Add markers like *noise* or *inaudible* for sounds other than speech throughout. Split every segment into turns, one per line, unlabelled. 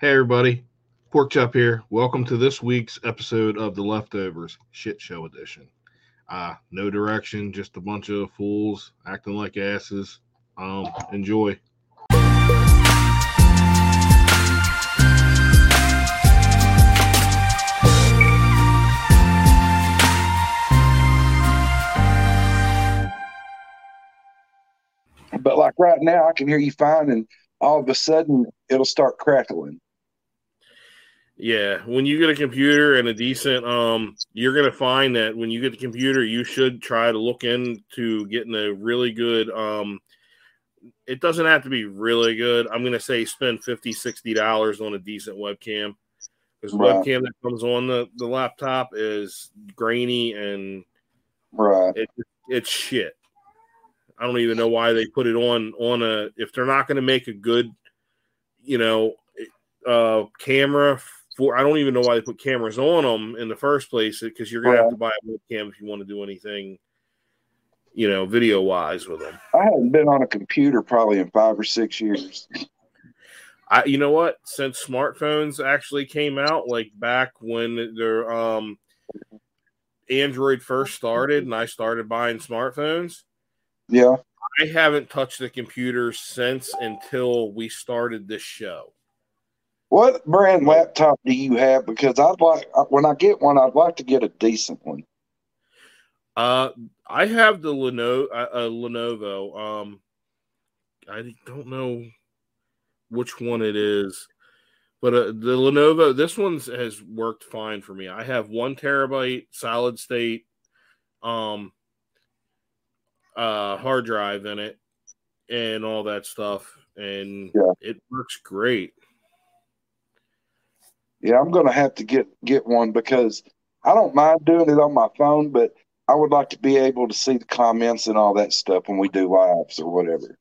Hey, everybody. Pork Chop here. Welcome to this week's episode of The Leftovers Shit Show Edition. Uh, no direction, just a bunch of fools acting like asses. Um, enjoy.
But like right now, I can hear you fine, and all of a sudden it'll start crackling.
Yeah, when you get a computer and a decent, um, you're gonna find that when you get the computer, you should try to look into getting a really good. Um, it doesn't have to be really good. I'm gonna say spend 50 dollars on a decent webcam because
Right.
webcam that comes on the, the laptop is grainy and
Right.
it, it's shit. I don't even know why they put it on on a if they're not going to make a good, you know, uh, camera for. I don't even know why they put cameras on them in the first place because you're going to have to buy a webcam if you want to do anything, you know, video wise with them.
I haven't been on a computer probably in five or six years.
I, you know what? Since smartphones actually came out, like back when their um, Android first started, and I started buying smartphones.
Yeah.
I haven't touched the computer since until we started this show.
What brand laptop do you have? Because I'd like uh, when I get one, I'd like to get a decent one.
Uh, I have the Lenovo. Uh, uh, Lenovo. Um, I don't know which one it is, but uh, the Lenovo. This one's has worked fine for me. I have one terabyte solid state, um, uh, hard drive in it, and all that stuff, and
Yeah.
it works great.
Yeah, I'm gonna have to get get one because I don't mind doing it on my phone, but I would like to be able to see the comments and all that stuff when we do lives or whatever.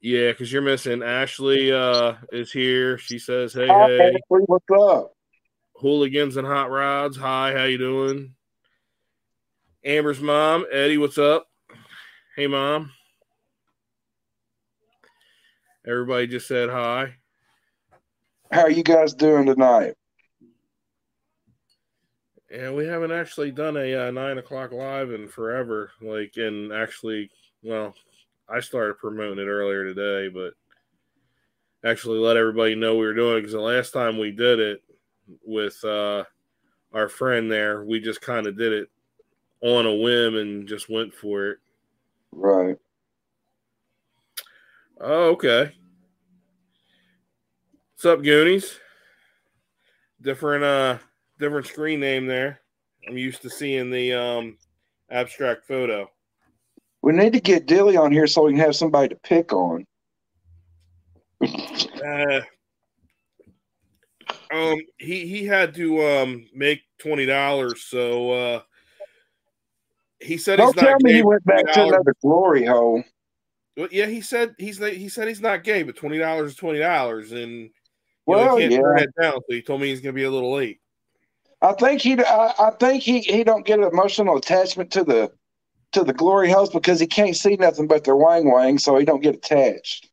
Yeah, because you're missing Ashley uh is here. She says, Hey,
Hi,
hey,
Ashley, what's up?
hooligans and hot rods. Hi, how you doing? Amber's mom, Eddie, what's up? Hey mom. Everybody just said hi.
How are you guys doing tonight?
And we haven't actually done a uh, nine o'clock live in forever. Like, and actually, well, I started promoting it earlier today, but actually let everybody know we were doing because the last time we did it with uh, our friend there, we just kind of did it on a whim and just went for it.
Right.
Oh, okay. What's up, Goonies? Different uh different screen name there. I'm used to seeing the um abstract photo.
We need to get Dilly on here so we can have somebody to pick on.
Uh, um he he had to um make twenty dollars, so uh he said
Don't
he's
tell
not
me
gay.
he went back to
$20.
another glory hole.
Well, yeah, he said he's not- he said he's not gay, but twenty dollars is twenty dollars and you know,
Well,
he can't
yeah,
turn that down, so he told me he's gonna be a little late.
I think he, I, I think he, he don't get an emotional attachment to the to the glory holes because he can't see nothing but their wang wang, so he don't get
*laughs*
attached.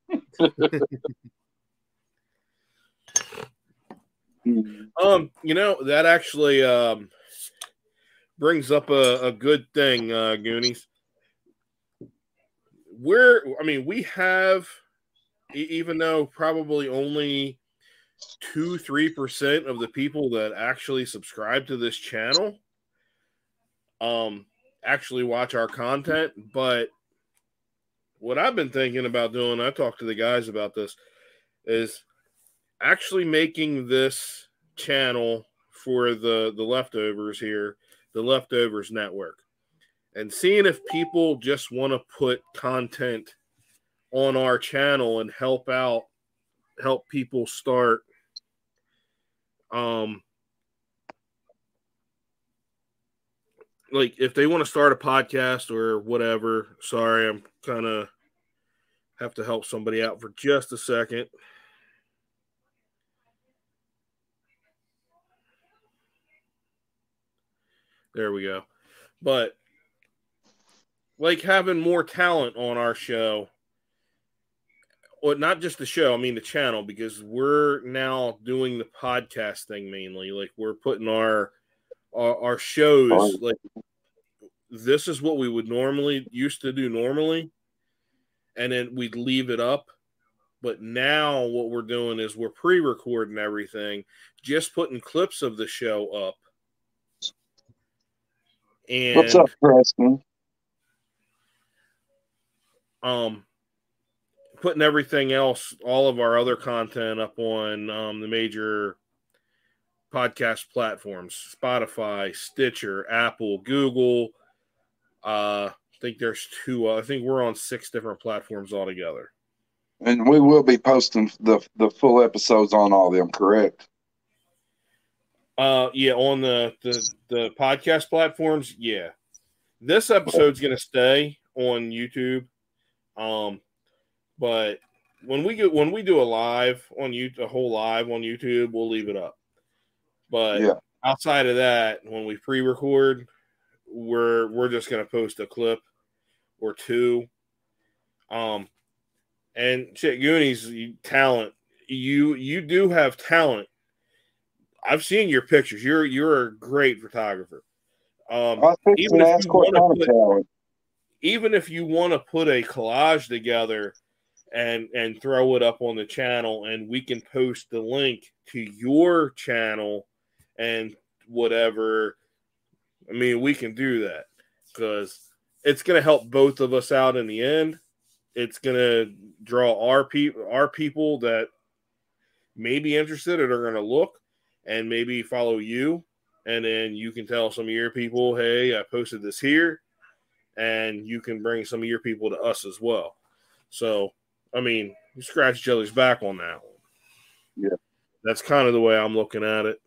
Hmm.
Um, you know, that actually um brings up a, a good thing, uh Goonies. We're I mean, we have e- even though probably only two, three percent of the people that actually subscribe to this channel um actually watch our content, but what I've been thinking about doing, I talked to the guys about this, is actually making this channel for the the leftovers here, the leftovers network, and seeing if people just want to put content on our channel and help out, help people start, um, like if they want to start a podcast or whatever. Sorry, I'm kind of have to help somebody out for just a second. There we go. But like having more talent on our show well, not just the show, I mean the channel, because we're now doing the podcast thing mainly. Like we're putting our our, our shows
Oh.
like this is what we would normally used to do normally, and then we'd leave it up. But now what we're doing is we're pre-recording everything, just putting clips of the show up. And
What's up, Preston?
um putting everything else all of our other content up on um, the major podcast platforms spotify stitcher apple google uh i think there's two uh, i think we're on six different platforms altogether
And we will be posting the the full episodes on all them, correct?
uh yeah on the the, the podcast platforms yeah this episode's gonna stay on youtube um but when we get when we do a live on you a whole live on youtube we'll leave it up but
Yeah.
outside of that when we pre-record we're we're just gonna post a clip or two um and shit goonies you, talent you you do have talent i've seen your pictures you're you're a great photographer um
I was
Even
thinking
if
that's
you
quite
wanna
kind of talent.
even if you want to put a collage together and and throw it up on the channel and we can post the link to your channel and whatever i mean we can do that because it's going to help both of us out in the end it's going to draw our people our people that may be interested and are going to look and maybe follow you and then you can tell some of your people hey i posted this here and you can bring some of your people to us as well. So, I mean, you scratch each other's back on that one.
Yeah.
That's kind of the way I'm looking at it.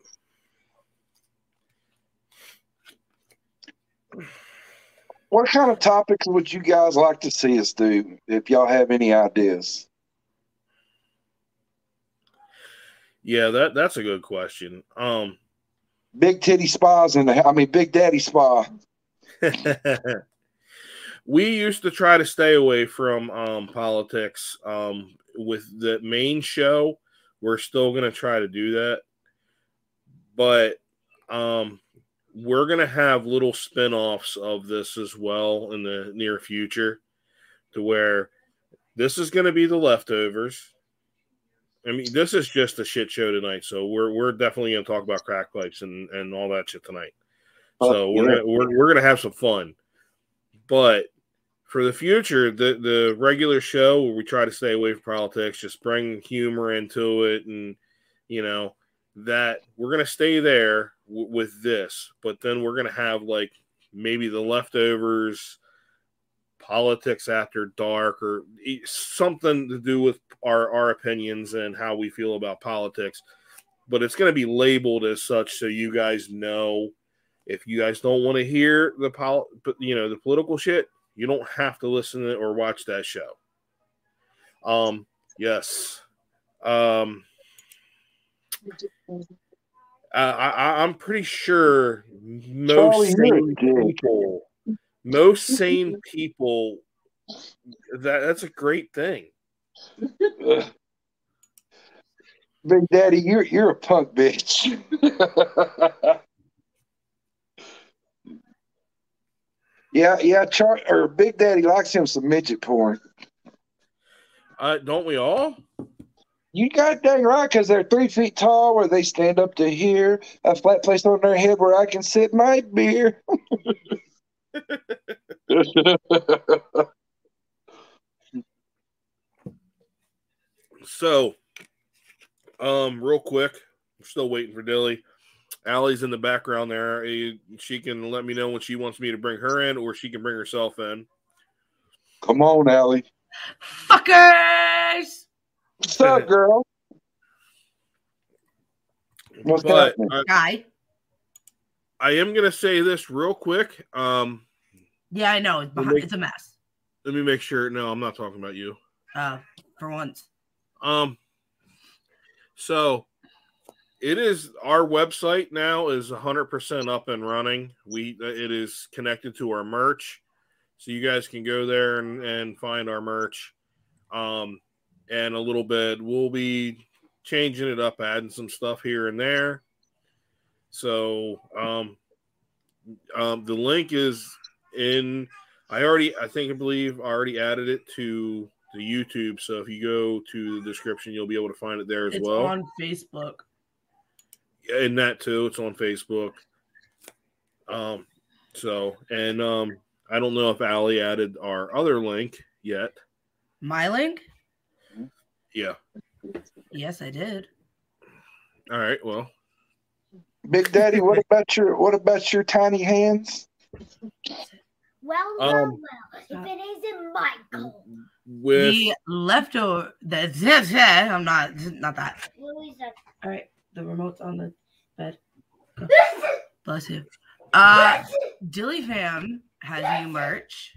What kind of topics would you guys like to see us do? If y'all have any ideas,
Yeah, that that's a good question. Um *laughs*
big titty spas in the I mean, big daddy spa.
we used to try to stay away from um politics um with the main show. We're still going to try to do that. But um we're going to have little spin-offs of this as well in the near future to where this is going to be the leftovers. I mean, this is just a shit show tonight, so we're we're definitely going to talk about crack pipes and and all that shit tonight. So
Oh,
we're,
yeah.
gonna, we're we're gonna have some fun, but for the future, the the regular show where we try to stay away from politics, just bring humor into it, and you know that we're gonna stay there w- with this, but then we're gonna have like maybe the leftovers, politics after dark, or e- something to do with our our opinions and how we feel about politics. But it's gonna be labeled as such, so you guys know if you guys don't want to hear the pol- but, you know the political shit you don't have to listen to or watch that show um yes um I, I i'm pretty sure most
Charlie, you're a
sane
dick.
people most sane people that that's a great thing
Ugh. *laughs* Big Daddy, you're you're a punk bitch. *laughs* yeah, yeah, Char- or Big Daddy likes him some midget porn.
uh don't we all
You got dang right, because they're three feet tall, where they stand up to here, a flat place on their head where I can sit my beer.
So, um, real quick, I'm still waiting for Dilly. Allie's in the background there. Eh, She can let me know when she wants me to bring her in, or she can bring herself in.
Come on, Allie.
Fuckers!
What's up, girl? What's
but
happening?
I,
Guy.
I am gonna say this real quick. Um,
Yeah, I know. It's,
We'll
behind,
make-
it's a mess.
let me make sure. No, I'm not talking about you.
Uh, for once.
Um, so it is our website now is 100% up and running. We uh, it is connected to our merch, so you guys can go there and, and find our merch. Um, and a little bit. We'll be changing it up, adding some stuff here and there. So um, um, the link is in. I already, I think, I believe I already added it to the YouTube. So if you go to the description, you'll be able to find it there as
It's
well.
on Facebook.
and that too, it's on Facebook. Um, so and um, I don't know if Allie added our other link yet.
My link?
Yeah.
Yes, I did.
All right. Well,
Big Daddy, what about your what about your tiny hands?
Well, well,
Um,
well. If it isn't Michael,
with
The leftover. That's it. I'm not. Not that.
who is that?
All right. The remote's on the bed. Bless you. Uh, Dilly Fam has new merch,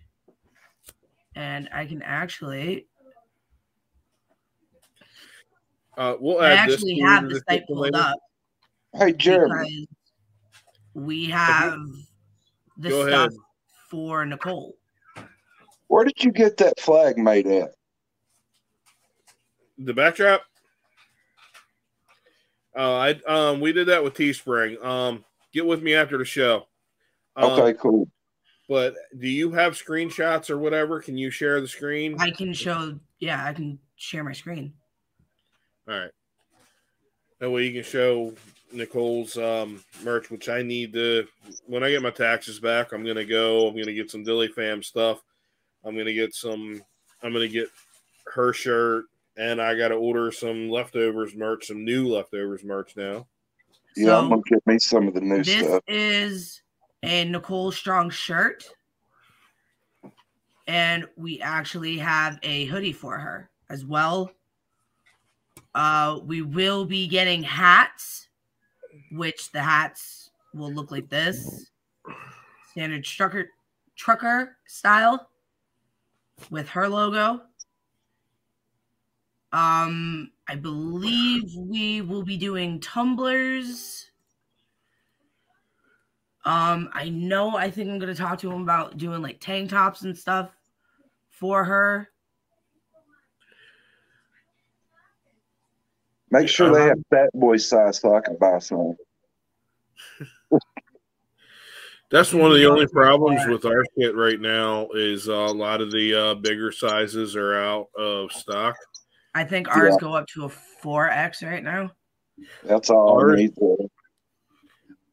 and I can actually.
uh, we'll
I
add this
actually
to
have
the
the site
description
pulled
later.
up
Hey Jeremy,
because we have the
Go
stuff
ahead.
for Nicole.
where did you get that flag made at?
the backdrop. Uh, I um, we did that with Teespring. Um, get with me after the show. Um,
Okay, cool.
But do you have screenshots or whatever? Can you share the screen?
I can show. Yeah, I can share my screen.
All right. That way you can show Nicole's um, merch, which I need to. When I get my taxes back, I'm gonna go. I'm gonna get some Dilly Fam stuff. I'm gonna get some. I'm gonna get her shirt, and I gotta order some leftovers merch, some new leftovers merch now.
Yeah, I'm gonna get me some of the new
this
stuff.
is a Nicole Strong shirt. And we actually have a hoodie for her as well. Uh, we will be getting hats, which the hats will look like this standard trucker, trucker style with her logo. Um, I believe we will be doing tumblers. Um, I know. I think I'm gonna talk to him about doing like tank tops and stuff for her.
Make sure they have Fat Boy size so I can buy some.
That's one of the only problems with our kit right now is uh, a lot of the uh, bigger sizes are out of stock.
I think ours
Yeah.
go up to a four X right now.
That's all
Or-
I need. there.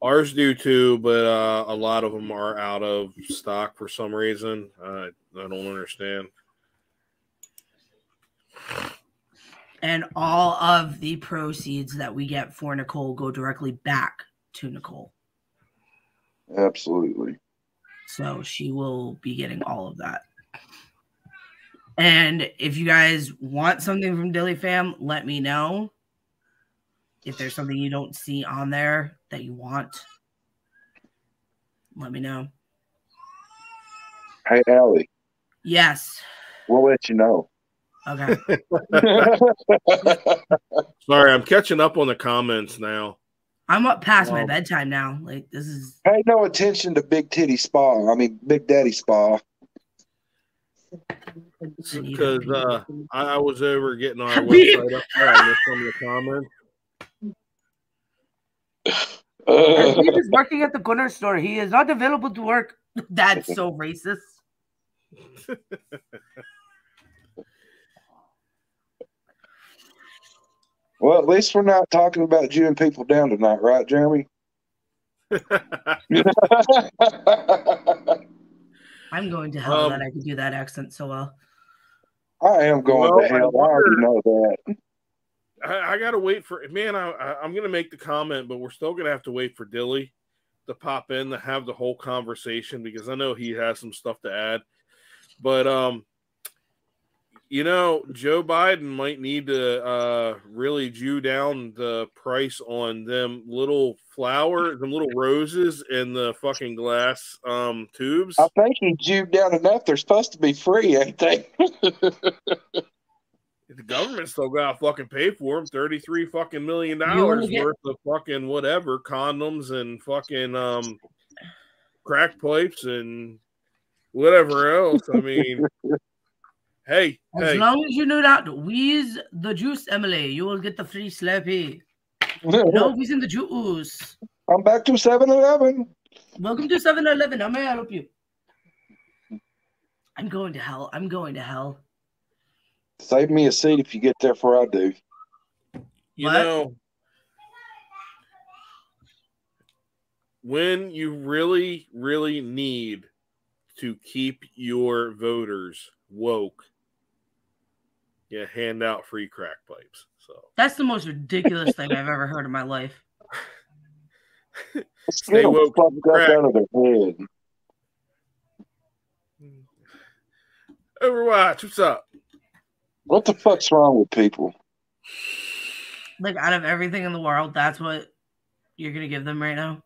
Ours do too, but uh, a lot of them are out of stock for some reason. I I don't understand.
And all of the proceeds that we get for Nicole go directly back to Nicole.
Absolutely.
So she will be getting all of that. And if you guys want something from Dilly Fam, let me know. If there's something you don't see on there that you want, let me know.
Hey Allie,
Yes.
we'll let you know.
Okay.
Sorry, I'm catching up on the comments now.
I'm up past my
Wow.
bedtime now. Like this is
Pay no attention to Big Titty Spa. I mean Big Daddy Spa.
Because uh, I, I was over getting our
Habib.
website up there. I missed some of the comments. *laughs*
Uh,
Habib is working at the corner store. He is not available to work. *laughs* That's so racist.
well, at least we're not talking about Jewing people down tonight, right, Jeremy?
*laughs*
I
I'm going to hell
Um,
that I could do that accent so well.
am going
Well, I
to hell. I
wonder-
already know that.
I, I gotta wait for man. I, I I'm gonna make the comment, but we're still gonna have to wait for Dilly to pop in to have the whole conversation because I know he has some stuff to add. But um, you know, Joe Biden might need to uh really jew down the price on them little flower, them little roses in the fucking glass um tubes.
I think he jewed down enough. They're supposed to be free, ain't they?
the government still got to fucking pay for them 33 fucking million
You wanna
dollars
get-
worth of fucking whatever condoms and fucking um
*laughs*
crack pipes and whatever else i mean Hey,
As
hey,
long as you know that, wheeze the juice, Emily. You will get the free Slurpee. No, wheeze in the juice.
I'm back to 7 Eleven.
Welcome to 7 Eleven. How may I help you? I'm going to hell. I'm going to hell.
Save me a seat if you get there before I do.
you
what?
know, when you really, really need to keep your voters woke, you hand out free crack pipes. So
That's the most ridiculous thing I've ever heard in my life.
Let's
Stay
get 'em
woke,
fucking crap
crack.
out of their head.
Overwatch, what's up? *sighs*
What the fuck's wrong with people?
Like, out of everything in the world, that's what you're going to give them right now.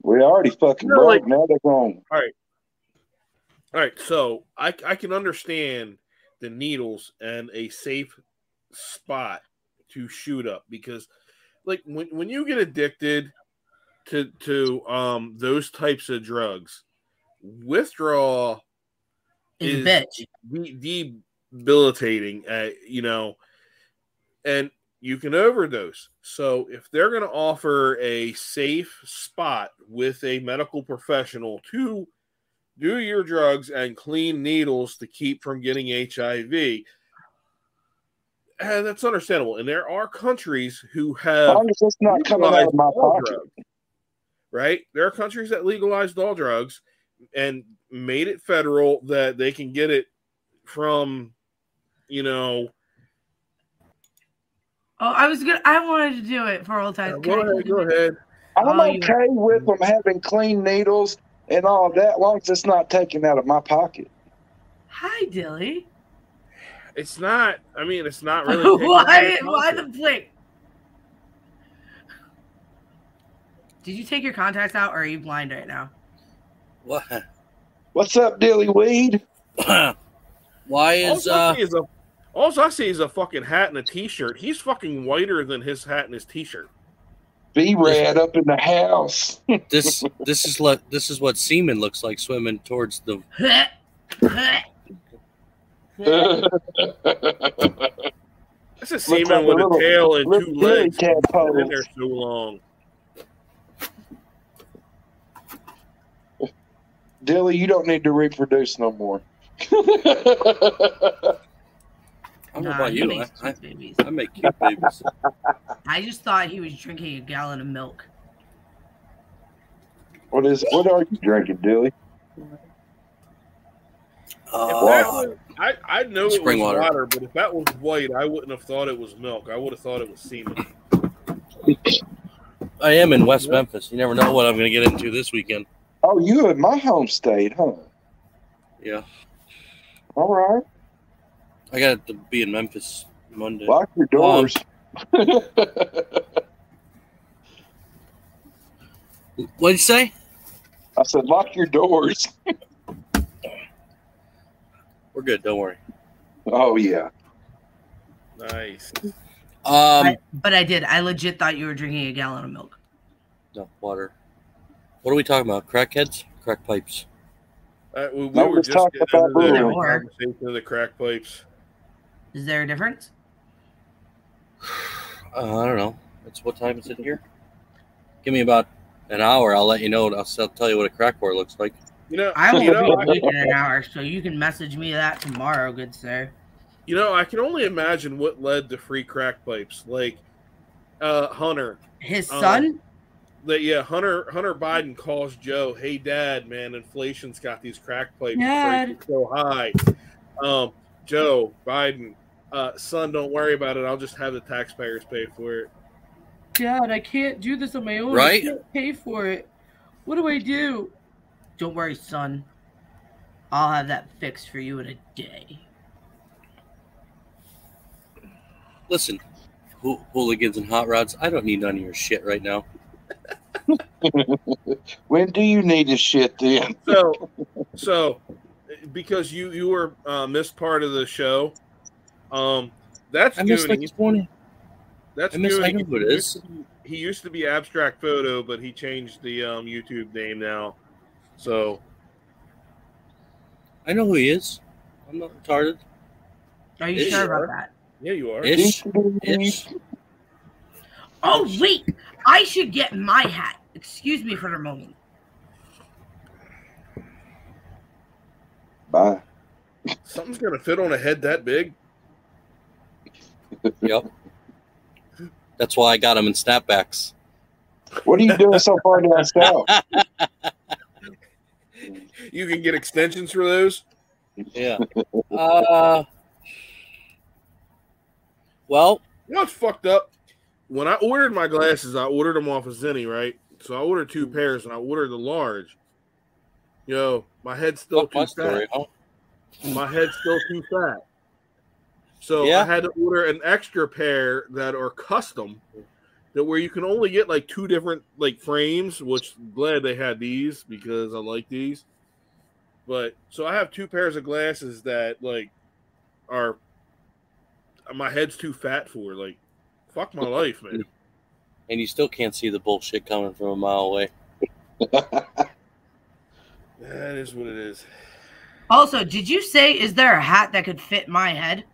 We already fucking
No,
broke.
like-
now they're going.
All right, so I I can understand the needles and a safe spot to shoot up because like when, when you get addicted to to um those types of drugs, withdrawal
Is
Is-
a bitch.
de- debilitating, uh, you know, and you can overdose. So if they're going to offer a safe spot with a medical professional to do your drugs and clean needles to keep from getting HIV, uh, that's understandable. And there are countries who
As
have
long as it's not coming out of
legalized
my
all
pocket.
drugs, right? There are countries that legalized all drugs and made it federal that they can get it from, you know,
Oh, I was going to, I wanted to do it for all time.
go ahead, go ahead.
I'm
Oh, you-
okay with them having clean needles and all of that, as long as it's not taken out of my pocket.
Hi, Dilly.
It's not. I mean, it's not
*laughs*
really. taking
why?
away
Why the
from
blink? Did you take your contacts out, or are you blind
*laughs*
right now?
What? *coughs*
What's up, Dilly Weed?
Why
it.
is
All I
uh?
see is a. All I see is a fucking hat and a t-shirt. He's fucking whiter than his hat and his t-shirt.
Be rad up in the house.
*laughs*
this this is look this is what semen looks like swimming towards the
That's a
like
semen
a
with
little-
a tail and two
little Dilly
legs. Been
tadpole.
in there so long.
Dilly, you don't need to reproduce no more. *laughs*
I don't know
Nah,
about
he
you. I,
makes
I,
cute babies.
I make cute
*laughs*
babies.
I just thought he was drinking a gallon of milk.
what is? What are you drinking, Dilly?
If that
Uh,
was- I, I know it was
Spring
water.
water.
but if that was white, I wouldn't have thought it was milk. I would have thought it was semen.
I am in West Memphis. You never know what I'm going to get into this weekend.
Oh, you in my home state, huh?
Yeah,
All right,
I got to be in Memphis Monday.
lock your doors.
*laughs*
What'd you say?
I said, lock your doors.
We're good. Don't worry.
Oh yeah,
Nice.
Um,
I- but I did. I legit thought you were drinking a gallon of milk.
no water. What are we talking about? Crackheads? Crack pipes? *sighs*
Uh, we we
No,
were
let's
just
talk
getting
about
into the
Bruno.
conversation of the crack pipes.
Is there a difference?
Uh, I don't know. It's what time is it here? Give me about an hour. I'll let you know. and I'll, I'll tell you what a crack whore looks like.
You know,
I
you
will
know, I,
be awake in an hour, so you can message me that tomorrow, good sir.
you know, I can only imagine what led to free crack pipes. Like uh, Hunter,
His
Um,
son?
that yeah, Hunter Hunter Biden calls Joe, "Hey, Dad, man, inflation's got these crack pipes
Dad.
rates so high." Um, Joe Biden, uh, son, don't worry about it. I'll just have the taxpayers pay for it.
Dad, I can't do this on my own.
I Right?
can't pay for it. What do I do? Don't worry, son. I'll have that fixed for you in a day.
Listen, hoo- hooligans and hot rods, I don't need none of your shit right now.
when do you need this shit then?
So, so because you you were uh, missed part of the show, um, that's
I missed like
Goonies.
this morning.
That's
I missed. I know
Goonies.
who it is.
He used to be Abstract Photo, but he changed the um, YouTube name now. So
I know who he is. I'm not retarded.
Are you
Ish.
sure about that?
Yeah, you are.
*laughs* Ish. Ish.
Oh wait, I should get my hat. Excuse me for a moment.
Bye.
Something's gonna fit on a head that big.
Yep. That's why I got him in snapbacks.
What are you doing so far down *laughs* south?
You can get extensions for those.
Yeah. *laughs* Uh, well,
You know what's fucked up? When I ordered my glasses, I ordered them off of Zenny, right? So I ordered two
Mm-hmm.
pairs and I ordered the large. Yo, my head's still
fuck my
too fat.
story. Huh?
My head's still too fat. So
Yeah.
I had to order an extra pair that are custom that where you can only get like two different like frames, which glad they had these because I like these. But so I have two pairs of glasses that like are my head's too fat for like fuck my life, man.
And you still can't see the bullshit coming from a mile away.
That is what it is.
Also, did you say is there a hat that could fit my
*laughs*
head?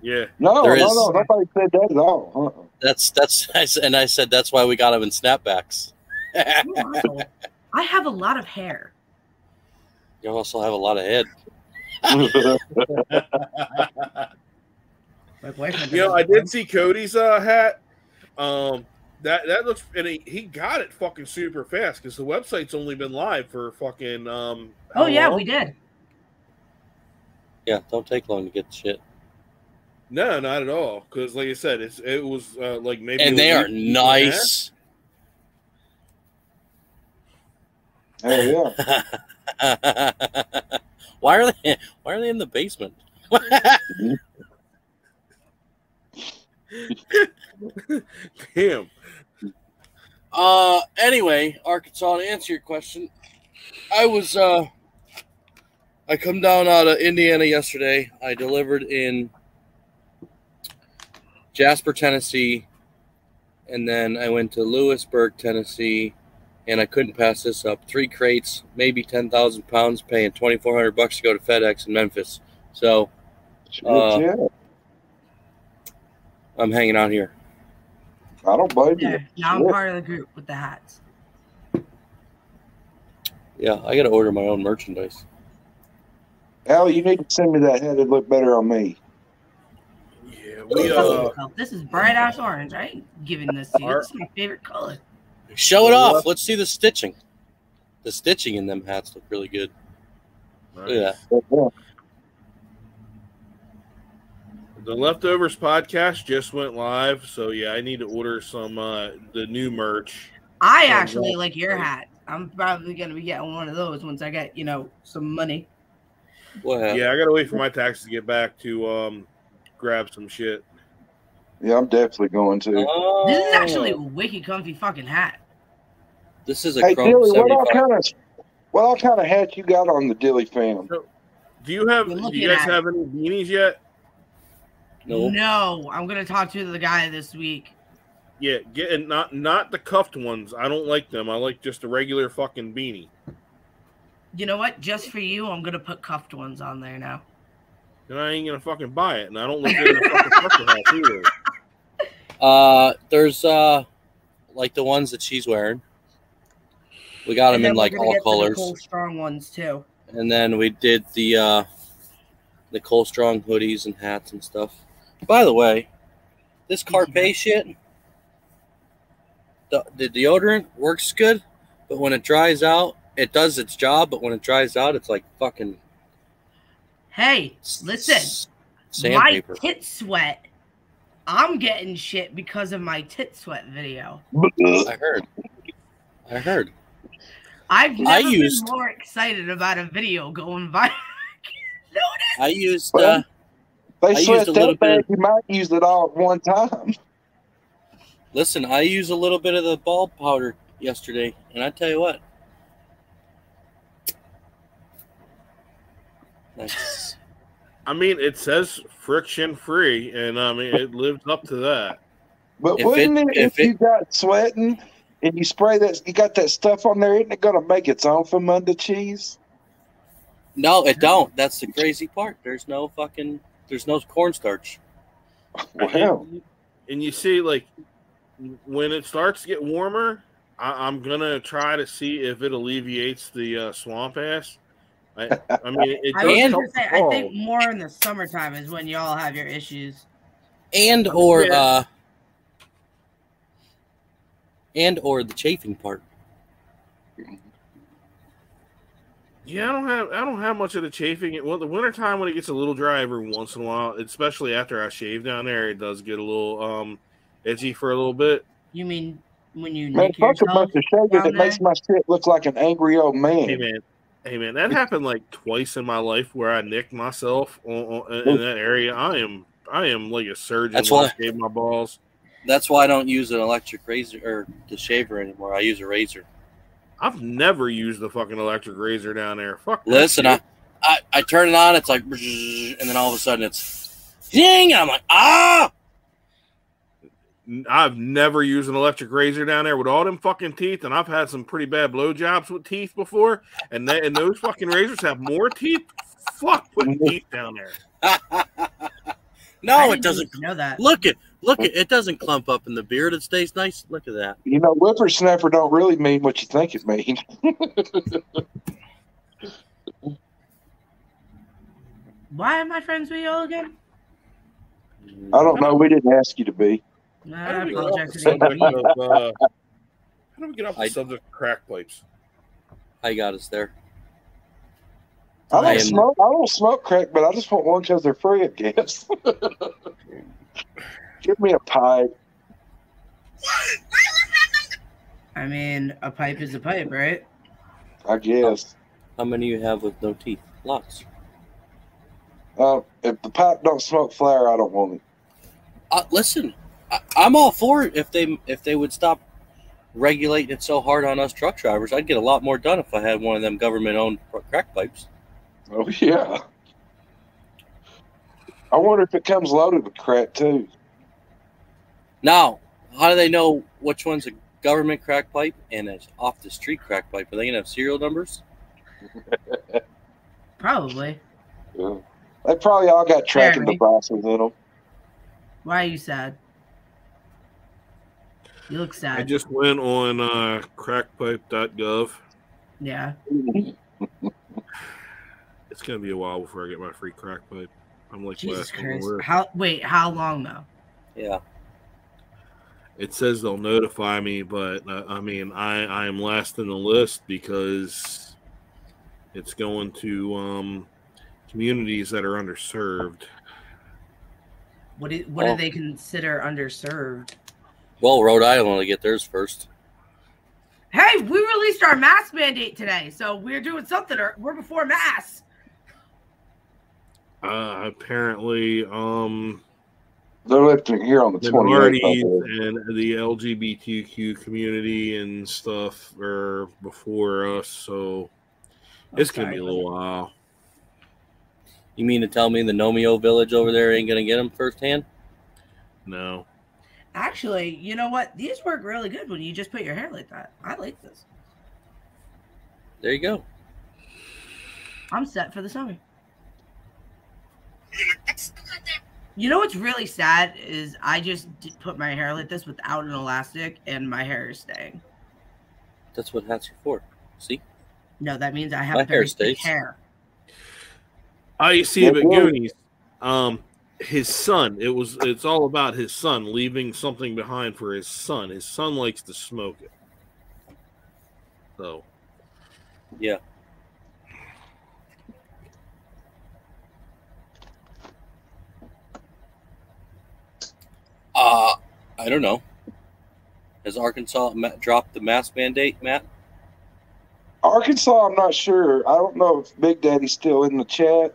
Yeah.
No,
There
no,
is-
no. Nobody said that at all. Uh-uh.
That's that's *laughs* I s- and I said that's why we got him in snapbacks.
Oh, Wow. I have a lot of hair.
you also have a lot of head.
Uh-uh. *laughs*
My boyfriend.
You know, I
doesn't
did see Cody's uh, hat. Um, that that looks and he, he got it fucking super fast because the website's only been live for fucking um.
Oh
how
yeah,
long?
we did.
Yeah, don't take long to get the shit.
no, not at all. Because like I said, it's it was uh, like maybe
And
a
they
week
are
and a half.
nice.
Hell yeah.
*laughs* why are they why are they in the basement? *laughs*
Damn.
Uh, anyway, Arkansas. To answer your question, I was uh, I come down out of Indiana yesterday. I delivered in Jasper, Tennessee, and then I went to Lewisburg, Tennessee, and I couldn't pass this up. Three crates, maybe ten thousand pounds, paying twenty four hundred bucks to go to FedEx in Memphis. So
Shit,
Uh,
yeah.
I'm hanging out here.
I don't blame
Yeah,
you.
now I'm
Shit.
part of the group with the hats.
Yeah, I got to order my own merchandise.
Al, you need to send me that hat. It'd look better on me.
Yeah,
Don't
we
fuck
uh,
yourself. This is bright ass orange. I ain't giving this to you.
Our-
This is my favorite color.
Show it
Well,
off.
that's-
Let's see the stitching. The stitching in them hats look really good. Yeah.
But, yeah,
the leftovers podcast just went live, so yeah, I need to order some uh the new merch.
I
Oh,
actually
yeah.
like your hat. I'm probably gonna be getting one of those once I get you know some money.
What
Yeah,
happened?
I gotta wait for my taxes to get back to um grab some shit.
yeah, I'm definitely going to.
Oh,
This is actually a wicked comfy fucking hat.
this is a
Hey,
Chrome
Dilly, what all
75.
kind of what all kind of hat you got on the Dilly fam?
Do you have?
We're
Do
looking
you guys
at it.
have any beanies yet?
No.
no, I'm gonna talk to the guy this week.
Yeah, get and not not the cuffed ones. I don't like them. I like just a regular fucking beanie.
You know what? Just for you, I'm gonna put cuffed ones on there now.
And I ain't gonna fucking buy it. And I don't look good in a fucking trucker hat either.
Uh, there's uh, like the ones that she's wearing. We got them
And then
in
we're
like
gonna
all
get the
colors,
Nicole strong ones too.
and then we did the uh, the Cole Strong hoodies and hats and stuff. By the way, this Carpe shit, the, the deodorant works good, but when it dries out, it does its job. But when it dries out, it's like fucking
Hey,
s-
listen,
s- sandpaper.
my tit sweat. I'm getting shit because of my tit sweat video.
I heard. I heard.
I've never
I used-
been more excited about a video going
*laughs*
viral.
I used.
Well,
Uh,
They
used
sweat
a little
that bad,
bit.
you might use it all at one time.
listen, I used a little bit of the ball powder yesterday, and I tell you what. That's,
I mean, it says friction free, and I mean it lives up to that.
But
If
wouldn't
it-
it, if,
if it-
you got sweating and you spray that, you got that stuff on there, isn't it going to make its own Famunda cheese?
No, it don't. That's the crazy part. There's no fucking. There's no cornstarch.
Wow.
And, and you see, like, when it starts to get warmer, I, I'm gonna try to see if it alleviates the uh, swamp ass. I, I mean, it
I,
does
was
help
And-
gonna say, I think more in the summertime is when y'all have your issues.
And or
Yeah.
uh. And or the chafing part.
Yeah, I don't have I don't have much of the chafing. Well, the wintertime when it gets a little dry every once in a while, especially after I shave down there, it does get a little um itchy for a little bit.
You mean when you
Man,
nick
fuck a
yourself?
bunch of shaving that
down
makes my shit look like an angry old
Hey
man.
man, hey man, that happened like twice in my life where I nicked myself on, on, in that area. I am I am like a surgeon.
That's
when I
why-
shave my balls.
That's why I don't use an electric razor or the shaver anymore. I use a razor.
I've never used the fucking electric razor down there. Fuck. that
Listen,
shit.
I, I I turn it on. It's like, and then all of a sudden it's ding, and I'm like, ah.
I've never used an electric razor down there with all them fucking teeth, and I've had some pretty bad blowjobs with teeth before, and they, and those fucking razors have more teeth. Fuck *laughs* putting teeth down there.
I
*laughs* no, it
didn't
doesn't.
even know that.
Look it, look it. It doesn't clump up in the beard. It stays nice. Look at that.
You know, whippersnapper don't really mean what you think it means.
Why am I friends with y'all again?
I don't know. We didn't ask you to be.
No,
How do
I
we get off the
apologize. to
subject
*laughs*
you.
of, uh, how do we get off the
I-
subject of crack pipes?
I got us there.
I
I
don't
am-
smoke. I don't smoke crack, but I just want one because they're free. I guess. *laughs* Give me a pipe.
I mean, a pipe is a pipe, right?
I guess.
How many you have with no teeth? Lots.
Uh, if the pipe don't smoke flour, I don't want it.
Uh, listen, I, I'm all for it if they if they would stop regulating it so hard on us truck drivers. I'd get a lot more done if I had one of them government owned crack pipes.
Oh yeah. I wonder if it comes loaded with crack too.
Now, how do they know which one's a government crack pipe and it's off the street crack pipe? Are they gonna have serial numbers?
Probably.
Yeah. They probably all got tracking
Very.
devices in them.
Why are you sad? You look sad.
I just went on uh, crackpipe.gov.
yeah.
It's gonna be a while before I get my free crack pipe. I'm like
Jesus
last on the
Christ.
list.
How? Wait. How long though?
Yeah.
It says they'll notify me, but uh, I mean, I I am last in the list because it's going to um, communities that are underserved.
What? Do, what
Oh.
do they consider underserved?
Well, Rhode Island will get theirs first.
Hey, we released our mask mandate today, so we're doing something. Or we're before mass.
Uh, apparently, um,
They're lifting here on the
minorities
28th.
and the LGBTQ community and stuff are before us, so
I'm
it's gonna
sorry.
be a little while.
You mean to tell me the Nomeo village over there ain't gonna get them firsthand?
No,
Actually, you know what? These work really good when you just put your hair like that. I like this.
There you go.
I'm set for the summer. You know what's really sad is I just d- put my hair like this without an elastic, and my hair is staying.
That's what hats are for. See?
No, that means I have
My hair
very thick
stays.
hair.
I you see, but
Well, well-
Goonies, um, his son. It was. It's all about his son leaving something behind for his son. His son likes to smoke it. So
Yeah. Uh, I don't know. Has Arkansas ma- dropped the mask mandate, Matt?
Arkansas, I'm not sure. I don't know if Big Daddy's still in the chat,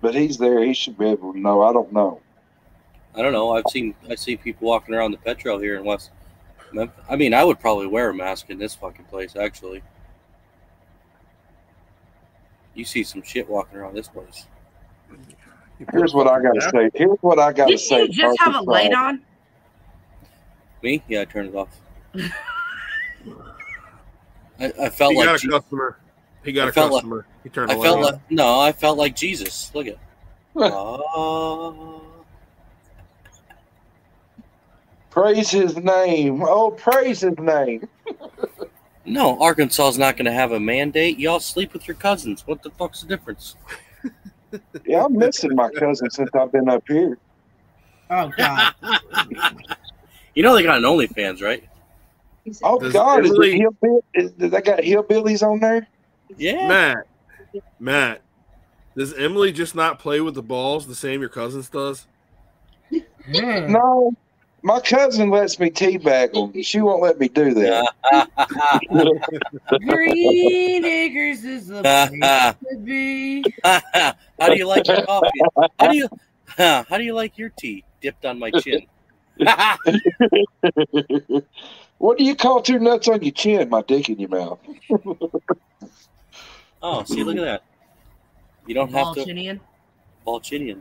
but he's there. He should be able to know. I don't know.
I don't know. I've seen I've seen people walking around the pet trail here in West. Mem- I mean, I would probably wear a mask in this fucking place, actually. You see some shit walking around this place.
Here's what I got to say. Here's what I got to
Did
say.
you just have a
Arkansas.
light on?
Me? Yeah,
*laughs*
I turned it off. I, I felt
you got
like
a
Je-
customer. He got
I
a
felt like-
customer. he turned
I
a
felt
light
like
on.
no, I felt like Jesus. Look at. Oh.
Praise his name. Oh, praise his name.
No, Arkansas is not going to have a mandate. Y'all sleep with your cousins. What the fuck's the difference?
Yeah, I'm missing my cousin since I've been up here. *laughs*
Oh God.
You know they got an OnlyFans, right?
Oh
Does
God, is it
Emily-
hillbill- is, does that got hillbillies on there?
Yeah.
Matt, Matt, does Emily just not play with the balls the same your cousins does?
Hmm.
No, my cousin lets me teabag them. She won't let me do that.
Green Acres is
*laughs*
the place to be.
*laughs* how do you like your coffee? How do you *laughs* huh, how do you like your tea dipped on my chin? *laughs*
What do you call two nuts on your chin? My dick in your mouth.
oh, see, look at that. You don't have to
Balchinian.
Balchinian.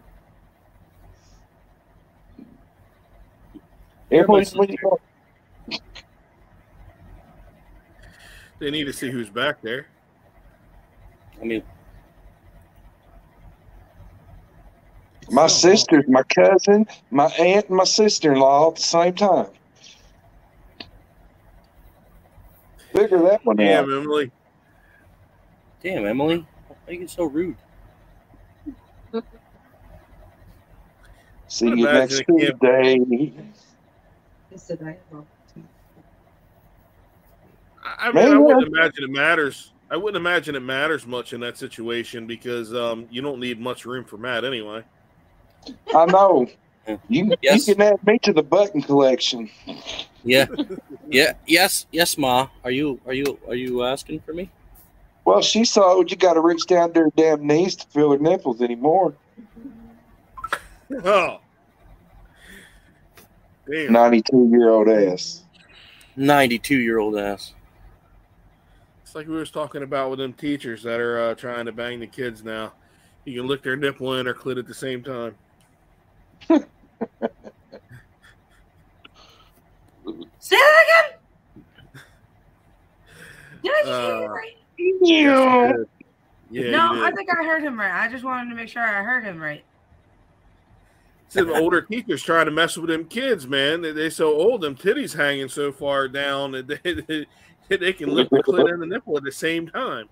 You're my
Emily, when you go-
They need to see who's back there.
I mean,
my sister, my cousin, my aunt, and my sister-in-law at the same time. Figure that one out.
Damn, Emily.
damn, Emily, why are you so rude?
See you
Imagine
next
it can't-
Tuesday.
I I mean, I
Maybe.
wouldn't imagine it matters. I wouldn't imagine it matters much in that situation because um, you don't need much room for Matt anyway. *laughs*
I know. You,
Yes.
you can add me to the button collection.
Yeah. Yeah. Yes. Yes, Ma. Are you are you are you asking for me?
Well, she saw you got to reach down to her damn knees to feel her nipples anymore.
Oh, damn!
92 year old ass.
Ninety-two year old ass.
It's like we was talking about with them teachers that are uh, trying to bang the kids now. You can lick their nipple and their clit at the same time.
Say that again. Did I just hear
Uh,
you right?
Yeah, yeah.
no,
you
I
did.
think I heard him right. I just wanted to make sure I heard him right.
See, the older teachers trying to mess with them kids, man. They, they so old, them titties hanging so far down that they, *laughs* they, they can lick the clit and the nipple at the same time.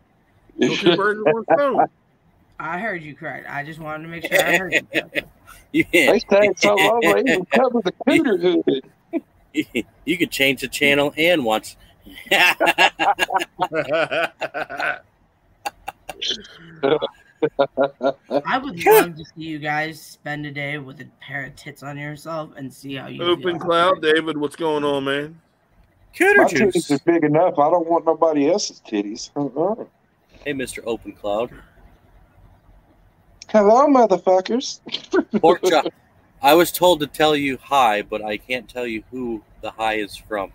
No two birds with one
*laughs*
stone. *laughs*
I heard you correct. I just wanted to make sure I heard you. correct.
Yeah. *laughs*
they say it's all over. It even cover the cooter hood.
you could change the channel and watch. *laughs*
*laughs*
I would love to see you guys spend a day with a pair of tits on yourself and see how you
Open
feel.
cloud, David. What's going on, man?
My
Cooter
titties
juice.
are big enough. I don't want nobody else's titties. Uh-uh.
Hey, Mister Open Cloud.
Hello, motherfuckers.
Pork chop. I was told to tell you hi, but I can't tell you who the hi is from.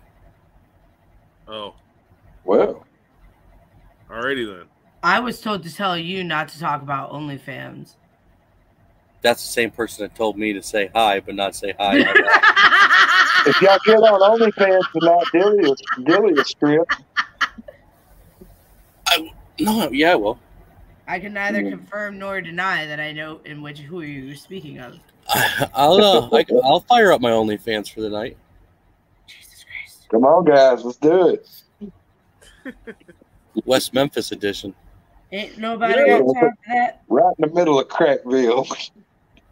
Oh,
Well,
alrighty then.
I was told to tell you not to talk about OnlyFans.
That's the same person that told me to say hi, but not say
*laughs*
hi.
if y'all get on OnlyFans tonight, Dilly will- Dilly will strip.
no, yeah, well, *laughs*
I can neither
Mm.
confirm nor deny that I know in which who you're speaking of.
I'll uh, I, will fire up my OnlyFans for the night.
Jesus Christ.
Come on, guys. Let's do it.
West Memphis edition. *laughs*
Ain't nobody
Yeah.
got time for that.
Right in the middle of Crackville.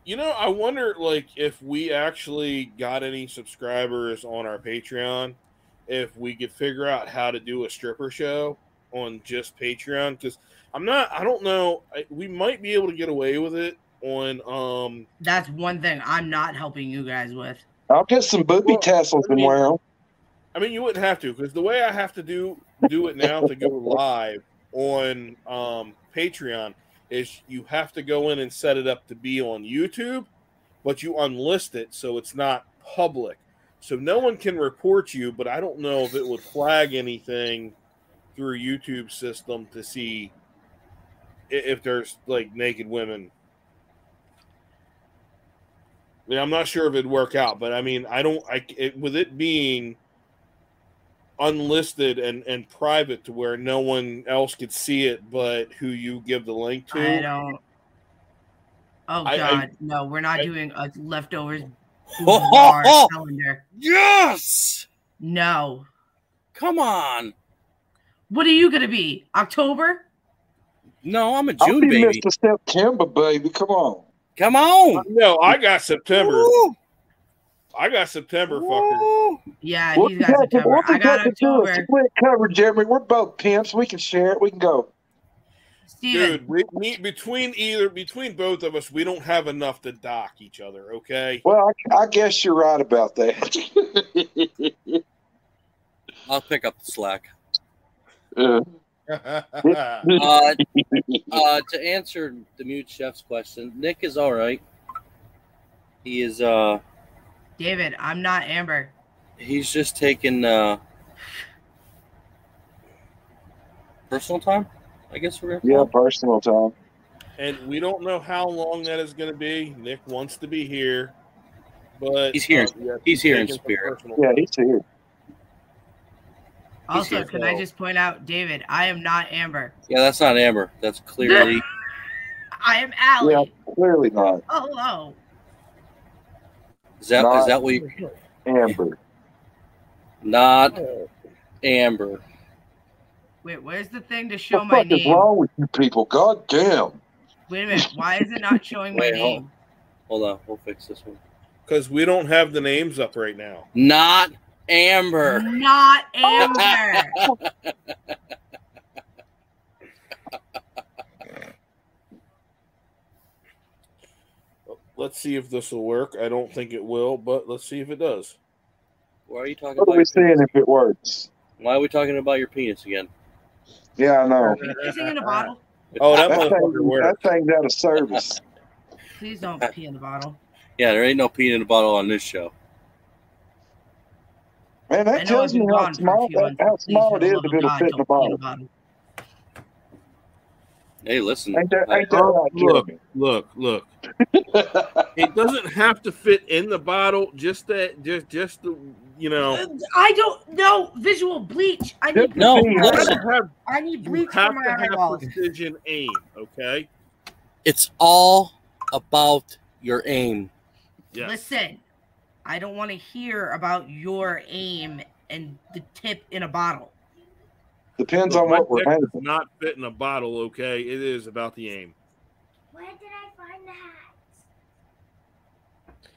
You know, I wonder, like, if we actually got any subscribers on our Patreon, if we could figure out how to do a stripper show on just Patreon. Because I'm not, I don't know, I, we might be able to get away with it on, um,
That's one thing I'm not helping you guys with.
I'll get some booby
Well,
tassels
I
and
mean-
wear 'em.
I mean, you wouldn't have to because the way I have to do do it now to go live on um, Patreon is you have to go in and set it up to be on YouTube, but you unlist it so it's not public, so no one can report you. But I don't know if it would flag anything through YouTube system to see i- if there's like naked women. I mean, I'm not sure if it'd work out, but I mean, I don't. I c- it, with it being unlisted and and private to where no one else could see it but who you give the link to.
I don't. Oh
I- I-
God, no! We're not
I-
doing a
*laughs*
leftovers
Ho, ho, ho.
bizarre calendar.
Yes!
No.
Come on.
What are you gonna be? October?
No, I'm a
I'll
June
be
baby.
Mr. September, baby. Come on.
Come on.
No, I got September.
Woo.
I got September, fucker.
Woo.
Yeah,
What
he's
the
got
heck-
September.
what the
I got
heck is this?
October.
Split cover, Jeremy. We're both pimps. We can share it. We can go.
Steven,
Dude, we, me, between either between both of us, we don't have enough to dock each other.
*laughs*
Okay.
Well, I, I guess you're right about that. *laughs*
I'll pick up the slack.
Uh,
Uh, uh, to answer the mute chef's question, Nick is all right. He is. Uh,
David, I'm not Amber.
he's just taking uh, personal time. I guess we're.
yeah, personal time.
and we don't know how long that is going to be. Nick wants to be here, but uh,
He's here.
yeah,
He's here in
taking some
spirit.
personal-
Yeah, he's here.
Also,
here,
can I
so-
just point out, David, I am not Amber.
Yeah, that's not Amber. That's clearly.
I am Allie. Oh,
Yeah, clearly not.
Hello.
Is that is
Not-
that what you?
Amber.
Not
Oh.
Amber.
Wait, where's the thing to show
what
my
the fuck is
name?
wrong with you people? God damn.
Wait a minute. Why is it not showing my
Wait, hold-
name?
Hold on, we'll fix this one.
because we don't have the names up right now.
Not Amber.
*laughs*
Not Amber.
Let's see if this will work. I don't think it will, but let's see if it does.
Why are you talking
What
about?
are we
Your
seeing
penis?
if it works?
Why are we talking about your penis again?
Yeah, I know.
Pissing
*laughs*
in a bottle.
Oh, that
That thing,
motherfucker
that
worked.
thing's out of service.
Please don't pee in the bottle.
Yeah, there ain't no pee in a bottle on this show.
Man,
I
that
know
tells
I've
me
been
how
gone for a
small,
few months.
how
but please,
small
for
it
the
is
love
to
of
be able to
God,
fit in the
don't pee
bottle.
Hey, listen.
Ain't that,
I-
ain't that right,
oh, Look,
Jeremy?
look, look. It doesn't have to fit in the bottle. Just that, just, just the, you know.
Uh, I don't know visual bleach. I
Good
need
No,
to see how-
You have
listen.
to have,
I need
you
bleach for
have,
my
to have
eyeballs.
precision aim. Okay.
It's all about your aim.
Yeah.
Listen, I don't want to hear about your aim and the tip in a bottle.
Depends
Look,
on
my
what we're
dick does
handling.
Not fit in a bottle, okay? It is about the aim.
Where did I find the hats?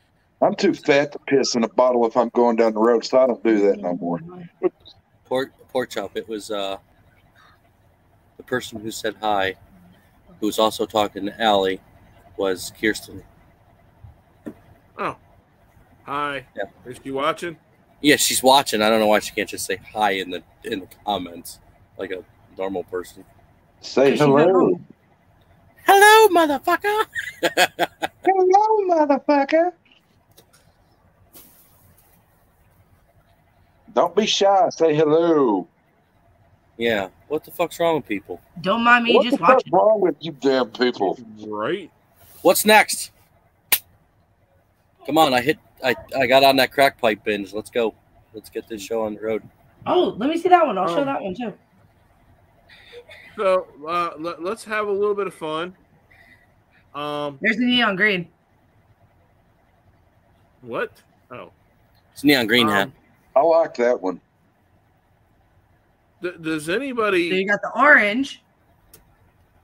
I'm too fat to piss in a bottle if I'm going down the road, so I don't do that no more.
Pork pork chop. It was uh the person who said hi, who was also talking to Allie, was Kirsten.
Hi.
Yeah.
Is she watching?
Yeah, she's watching. I don't know why she can't just say hi in the in the comments like a normal person.
Say
Because you went
hello.
home.
Hello, motherfucker.
Hello, motherfucker. Don't be shy. Say hello.
Yeah. What the fuck's wrong with people?
Don't mind me
what the
just
fuck's
watching.
wrong with you damn people?
Right.
What's next? Come on, I hit I, I got on that crack pipe binge. Let's go. Let's get this show on the road.
Oh, let me see that one. I'll show
Um,
that one too.
So uh, let, let's have a little bit of fun. Um,
There's the neon green.
what? Oh,
It's neon green hat.
Um,
I like that one.
d- does
So
anybody?
you got the orange.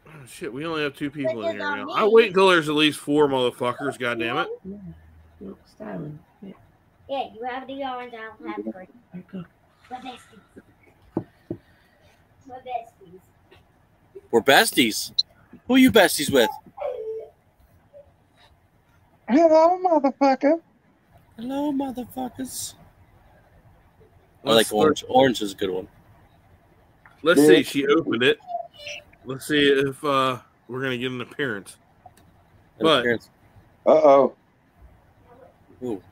Oh, shit, we only have two people in
Look
here
at
now.
me.
I wait until there's at least four motherfuckers. God damn it!
Look, styling. Yeah,
Yeah, you have the orange, I'll have green.
there you go.
We're besties. We're besties.
We're besties. Who you besties with?
Hello, motherfucker.
Hello, motherfuckers. I
Let's,
like orange. Orange is a good one.
Let's, see. She opened it. Let's see if uh, we're gonna get an appearance.
And
But-
appearance-
Uh oh.
ooh,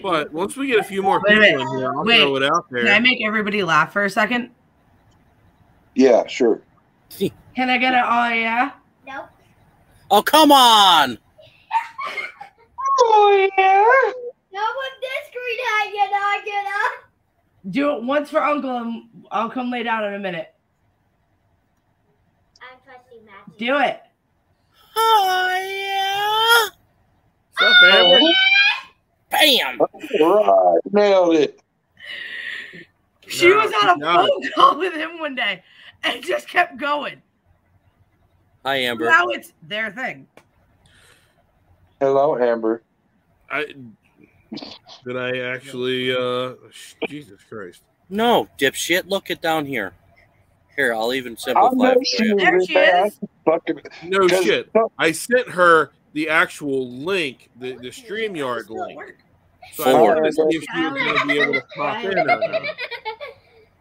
But once we get a few more
Wait a
people in
minute.
here, I'll
Wait.
throw it out
Can I
there.
make everybody laugh for a second?
Yeah, sure.
Can I get an oh yeah?
Nope.
Oh come on!
Oh, yeah.
No one this green hat, you know, you know.
Do it once for Uncle, and I'll come lay down in a minute.
I'm trusting Matthew.
Do it.
Oh
What's up,
Oh.
Amber?
yeah! Bam!
Right, nailed it.
She
No,
was on a
she's not.
phone call with him one day and just kept going.
Hi, Amber.
Now it's their thing.
Hello, Amber.
I did I actually uh sh- Jesus Christ.
No, dipshit. Look it down here. Here, I'll even
I
simplify.
know
it for
she
you.
was
There
in
she
there. I
is.
Fucking
No
Cause-
shit. I sent her the actual link, the, the StreamYard
Still at
link.
work.
So I wanted to
Four.
see if she was gonna be able to pop in or not.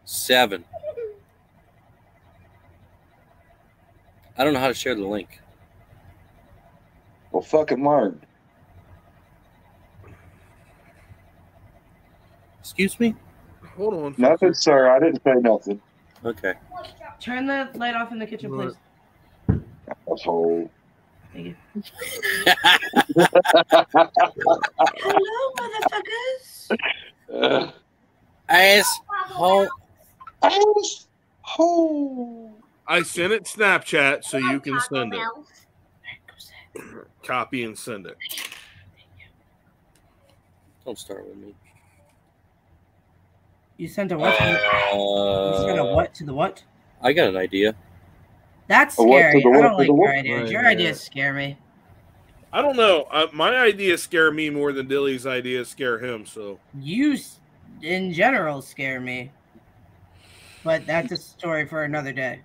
Seven. I don't know how to share the link.
well, fucking learn.
Excuse me?
Hold on.
Nothing, sir. I didn't say nothing.
Okay. *laughs*
Turn the light off in the kitchen,
Right.
please.
Asshole.
Thank you.
Hello, motherfuckers.
Uh,
Ass. Ho-
asshole.
I sent it Snapchat so you can send it. Copy and send it.
don't start with me.
You sent a what? to the- you sent a
Uh,
what to the what?
I got an idea.
That's
A what to
scary.
the
I
what
don't
to
like
the
your
what?
ideas.
Right,
Your
yeah.
ideas scare me.
I don't know. Uh, my ideas scare me more than Dilly's ideas scare him. So
You, s- in general, scare me. But that's a story for another day.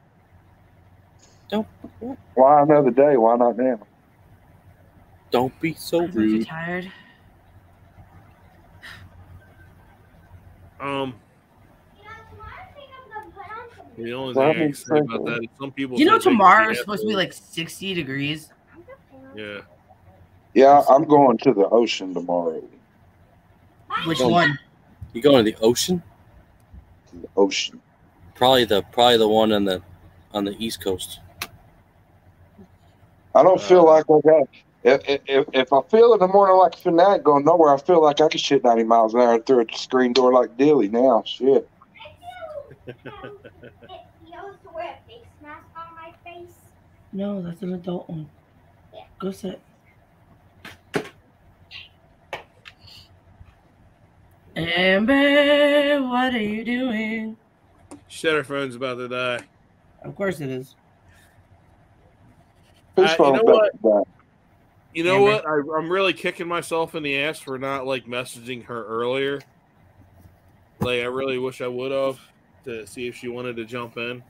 Why another day? Why not now?
Don't be so
Aren't you
rude.
tired?
um, the only
Well,
thing I can say
I'm
about that is some people.
Do you know
think they
tomorrow is
can't
supposed to be
do it.
like 60 degrees?
yeah.
Yeah, I'm going to the ocean tomorrow.
Which
Oh.
one?
You going to the ocean?
The ocean.
Probably the probably the one on the on the east coast.
I don't
Uh.
feel like I got. If, if- if, if I feel in the morning like a fanatic going nowhere, I feel like I can shit 90 miles an hour through a screen door like Dilly now. Shit.
No, that's an adult one. Go sit. Amber, what are you doing?
Shutter phone's about to die.
Of course it is.
Uh,
Who's
you
phone
know
about to die?
You know
Amber.
what? I, I'm really kicking myself in the ass for not like messaging her earlier. Like, I really wish I would have to see if she wanted to jump in.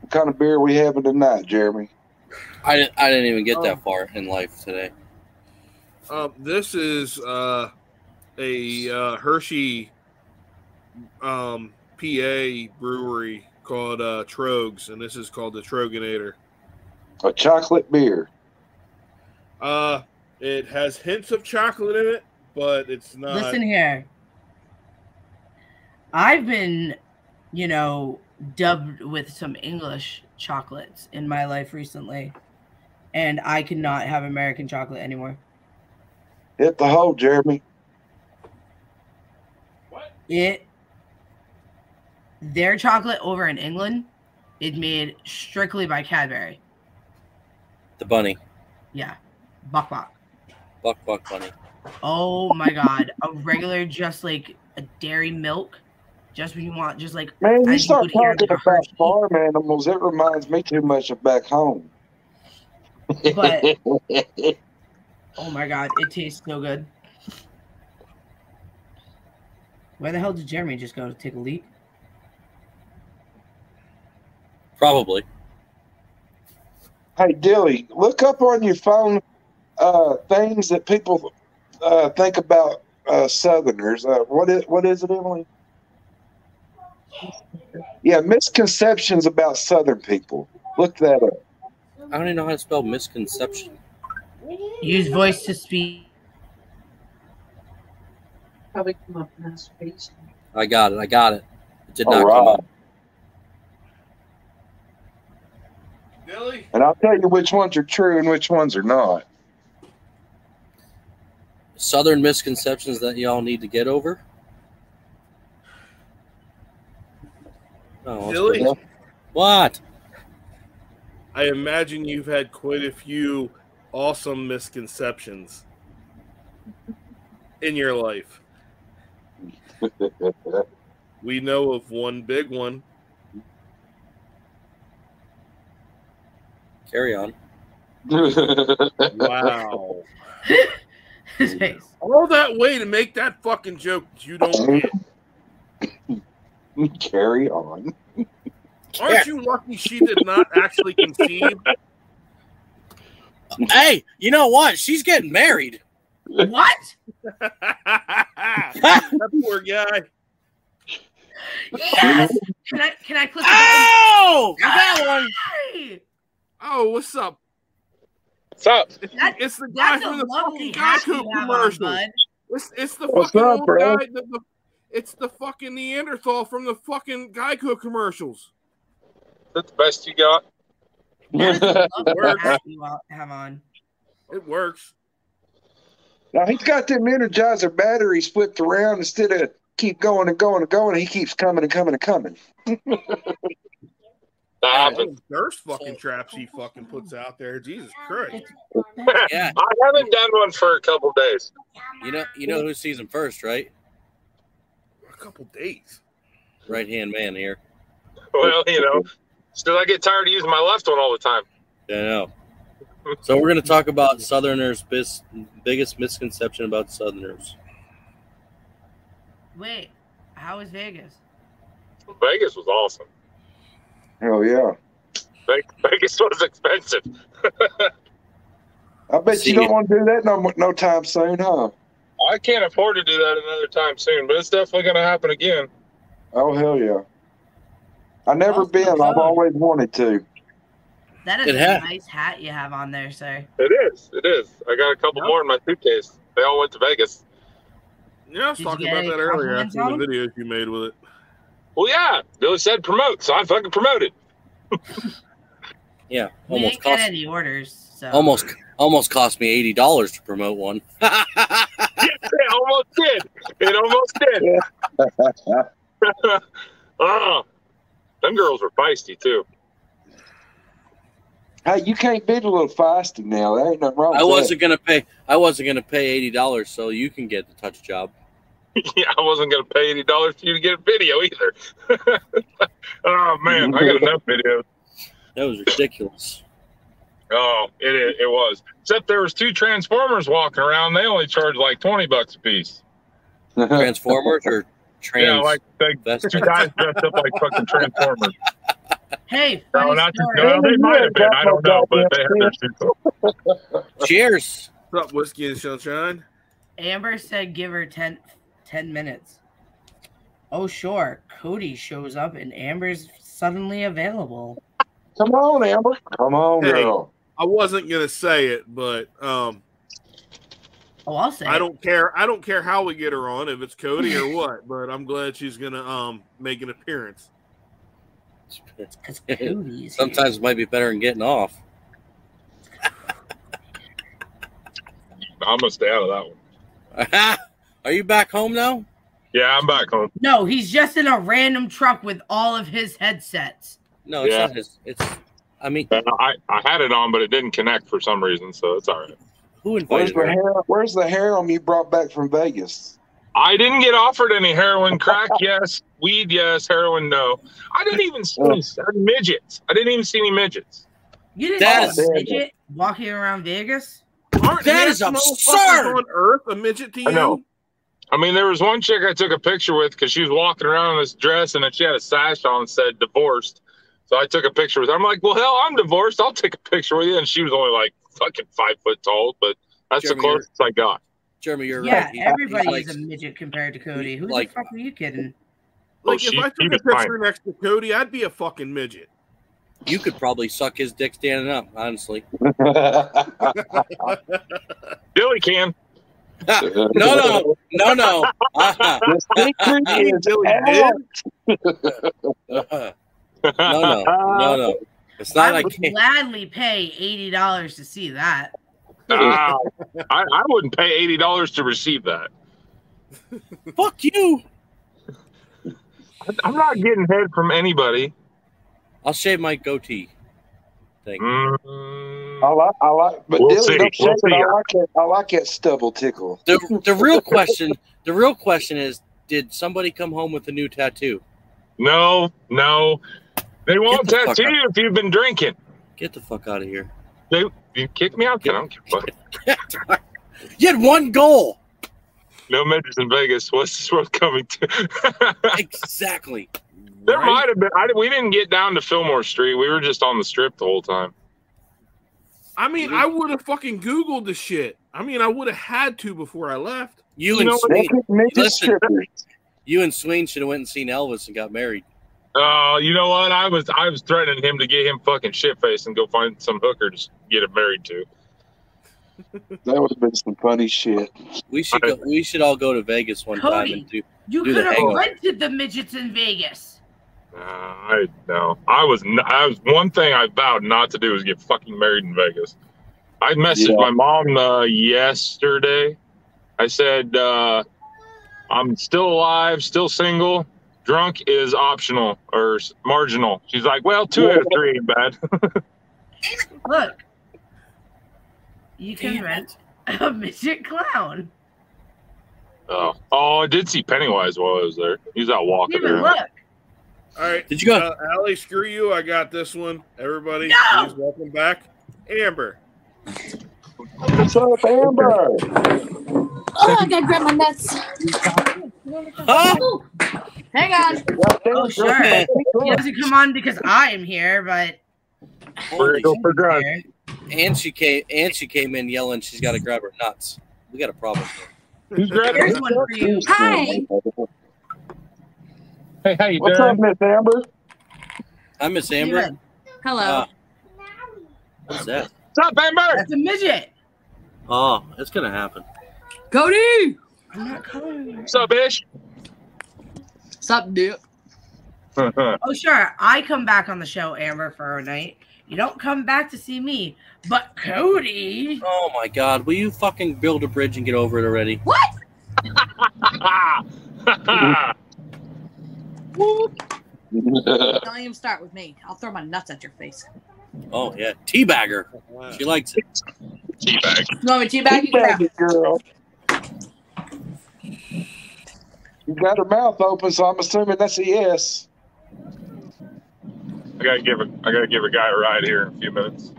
What kind of beer we having tonight, Jeremy?
I didn't I didn't even get
Oh.
that far in life today.
Um, this is uh, a uh, Hershey um, PA brewery called uh, Trogs, and this is called the Troganator.
A chocolate beer.
Uh, it has hints of chocolate in it, but it's not.
Listen here. I've been, you know, dubbed with some English chocolates in my life recently, and I cannot have American chocolate anymore.
Hit the hole, Jeremy.
It their chocolate over in England is made strictly by Cadbury.
The bunny.
Yeah. Buck buck.
Buck buck bunny.
Oh my god. A regular just like a dairy milk. Just what you want, just like
Man,
I
you start
would hear
talking
about
about
Hershey.
farm animals. It reminds me too much of back home.
but oh my god, it tastes so good. Where the hell did Jeremy just go to take a leak?
Probably.
Hey Dilly, look up on your phone uh, things that people uh, think about uh, Southerners. Uh, what is what is it, Emily? Yeah, misconceptions about Southern people. Look that up.
I don't even know how to spell misconception.
Use voice to speak. *laughs*
probably come up masturbation.
I got it. I got it. It did not
All
come
right.
up.
Billy?
And I'll tell you which ones are true and which ones are not.
southern misconceptions that y'all need to get over? Oh,
Dilly,
what?
I imagine you've had quite a few awesome misconceptions in your life. We know of one big one.
Carry on.
Wow.
His face.
*laughs* All that way to make that fucking joke that you don't get.
Carry on.
Aren't you lucky she did not actually conceive? *laughs*
Hey, you know what? She's getting married.
What?
that poor guy.
Yes. Can I can I put that
Oh,
that
one.
in?
Oh, what's up?
What's up?
That-
It's the guy
That's a
from the
lovely
fucking
hat you
Goku
have on,
commercial.
*laughs*
bud.
It's, it's the
What's
fucking
up,
old
bro?
guy. The, the, it's the fucking Neanderthal from the fucking Geico commercials.
Is that the best you got?
That's a lovely
Works.
hat you all have on.
It works.
Now he's got them Energizer batteries flipped around instead of keep going and going and going. He keeps coming and coming and coming.
That
Ah,
happens.
Those thirst fucking traps he fucking puts out there. Jesus Christ.
Yeah,
I haven't done one for a couple days. *laughs*
you know, you know who sees him first, right?
A couple days.
Right hand man here.
Well, you know, still I get tired of using my left one all the time.
I know. So we're gonna talk about Southerners' bis- biggest misconception about Southerners.
Wait, how is Vegas?
Vegas was awesome.
Hell yeah.
Ve- *laughs* Vegas was expensive.
I bet
See
you don't
it.
want to do that no no time soon, huh?
I can't afford to do that another time soon, but it's definitely going to happen again.
Oh hell yeah. I never
Awesome
been. I've
time.
always wanted to.
That is
Good
a
hat.
nice hat you have on there, sir.
It is. It is. I got a couple
Yep.
more in my suitcase. They all went to Vegas.
You know, I was
Did you
talking
get
about
any
that earlier. I
compliments
seen
on
the videos you made with it.
Well, yeah. Billy said promote, so I fucking promoted.
Yeah,
We
almost
didn't get
cost
any orders, so
almost almost cost me eighty dollars to promote one. *laughs*
It almost did. It almost did. *laughs* oh, them girls were feisty, too. *laughs*
Hey, you can't beat a little feisty now. There ain't nothing wrong with
I
that.
wasn't gonna pay. I wasn't gonna pay eighty dollars, so you can get the touch job.
yeah, I wasn't going to pay any dollars for you to get a video either. *laughs* oh man, I got enough videos.
That was ridiculous.
Oh, it it it was. Except there was two transformers walking around. They only charged like twenty bucks a piece.
Transformers or trans?
*laughs* Yeah, like like two *laughs*
Vestas?
guys dressed up like fucking transformers.
Hey,
No,
Oh,
funny
not just,
story.
well, they might have been. I don't know, but they had their suits. on.
Cheers.
What's up, Whiskey and Sunshine?
Amber said give her 10, 10 minutes. Oh, sure. Cody shows up and Amber's suddenly available.
*laughs* Come on, Amber. Come on,
Hey.
girl.
I wasn't gonna say it, but um,
Oh, I'll say.
I
it.
don't care. I don't care how we get her on, if it's Cody
*laughs*
or what. But I'm glad she's gonna um make an appearance.
Because Cody's.
Sometimes it might be better than getting off. *laughs*
I'm gonna stay out of that one.
Are you back home now?
Yeah, I'm back home.
No, he's just in a random truck with all of his headsets.
No, it's
Yeah.
not his. It's. I mean,
I, I had it on, but it didn't connect for some reason, so it's all right.
who
Where's
invited
the
her?
hair? Where's the harem you brought back from
*laughs*
Vegas?
I didn't get offered any heroin,
*laughs*
crack, yes, weed, yes, heroin, no. I didn't even see any midgets. I didn't even see any midgets.
You didn't
That
see a
is-
midget walking around Vegas?
Aren't
That is
handsome motherfuckers
absurd!
On Earth, a midget to you?
I know. Oh, I mean, there was one chick I took a picture with because she was walking around in this dress and then she had a sash on and said divorced. So I took a picture with her. I'm like, well, hell, I'm divorced. I'll take a picture with you. And she was only like fucking five foot tall, but that's
Jeremy,
the closest I got.
Jeremy, you're
yeah,
right. He- he
everybody
likes-
is a midget compared to Cody. Who
like-
the fuck are you kidding?
Like
Oh, she-
if I took a
she was
picture
fine.
next to Cody, I'd be a fucking midget.
you could probably suck his dick standing up,
*laughs*
honestly.
Billy can.
No, no, no, no. *laughs* Uh-huh.
The secret
*laughs*
is
Billy
out.
Uh,
Uh-huh. No,
*laughs*
no, no, no. It's not
I
like
would gladly pay eighty dollars to see that.
Ow. I, I wouldn't pay eighty dollars to receive that.
*laughs* Fuck you.
I'm not getting head from anybody.
I'll shave my goatee. Thank you.
Mm.
I like, I like, but
We'll
Dylan,
see.
don't shake
We'll
it.
see.
I like that. I like that stubble tickle.
The, the
*laughs*
real question, the real question is, did somebody come home with a new tattoo?
No, no. They won't
the fuck
tattoo
out.
you if you've been drinking.
Get the fuck out of here.
They you kick me out then. I don't give a fuck.
You had one
*laughs*
goal.
No measures in Vegas. What's this world coming to? *laughs*
Exactly.
there
Right?
might have been. I, we didn't get down to Fillmore Street. We were just on the strip the whole time.
I mean, I would have fucking Googled the shit. I mean, I would have had to before I left.
You,
You
and
know what-
Swain,
Naked ninja
Listen.
strippers.
you and Swain should have went and seen Elvis and got married.
Uh, you know what? I was I was threatening him to get him fucking shit faced and go find some hooker to get him married to.
*laughs* That would have been some funny shit.
We should go, we should all go to Vegas one time and do.
You
Do the
could have
hangover.
rented the midgets in Vegas.
Uh, I no. I was n- I was one thing I vowed not to do was get fucking married in Vegas. I messaged
Yeah.
my mom uh, yesterday. I said uh, I'm still alive, still single. Drunk is optional or s- marginal. She's like, well, two out of three ain't bad. *laughs*
Look, you can
Damn
rent *laughs* a midget clown.
oh. oh, I did see Pennywise while I was there. He's out walking.
Even
around.
look,
All right.
Did you go?
Uh, Allie, screw you. I got this one. Everybody,
No!
please welcome back Amber.
What's up, Amber?
*laughs* Oh, I gotta grab my nuts.
Uh,
Huh?
Hang on.
oh sure, he doesn't come on because I am here, but
We're gonna go for drugs.
And she came. And she came in yelling. She's got to grab her nuts. We got a problem. Here.
Who's grabbing?
here's one for you.
Hi.
Hey, how you
What's up,
doing?
Miss Amber?
I miss Amber.
Hello.
Uh, what's that?
What's up, Amber?
That's a midget.
Oh, it's gonna happen.
Cody.
I'm not calling her.
What's up, Ish?
Stop,
*laughs*
dude.
Oh sure, I come back on the show, Amber, for a night. You don't come back to see me, but Cody.
Oh my God! Will you fucking build a bridge and get over it already?
Don't even start with me. I'll throw my nuts at your face.
Oh yeah, teabagger.
Uh,
She likes it.
Teabag.
You want me to teabag
Thank
you? Crap.
you, girl. *laughs* You got her mouth open, so I'm assuming that's a yes.
I gotta give a I gotta give a guy a ride here in a few minutes.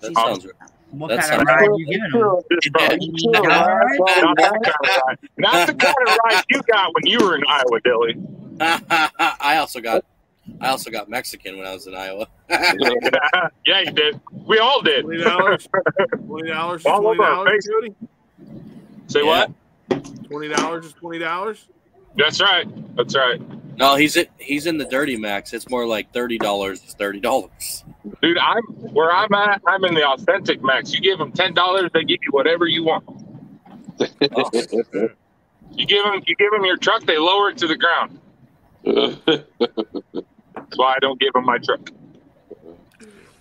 That sounds right.
What
That
kind
sounds
of ride you giving him?
Sure,
This
Yeah.
probably-
sure, right, right,
not
right.
that kind of ride. Not the kind of ride you got when you were in Iowa, Dilly.
*laughs* I also got. I also got Mexican when I was in Iowa.
yeah, you did. We all did.
Twenty dollars. Twenty dollars.
*laughs* All
Twenty
over our
dollars.
face. Say what?
Twenty dollars is twenty dollars.
That's right. That's right.
No, he's in, he's in the dirty max. It's more like thirty dollars. It's thirty dollars.
Dude, I'm where I'm at, I'm in the authentic max. You give them ten dollars, they give you whatever you want.
Oh.
You give them you give them your truck, they lower it to the ground. That's why I don't give them my truck.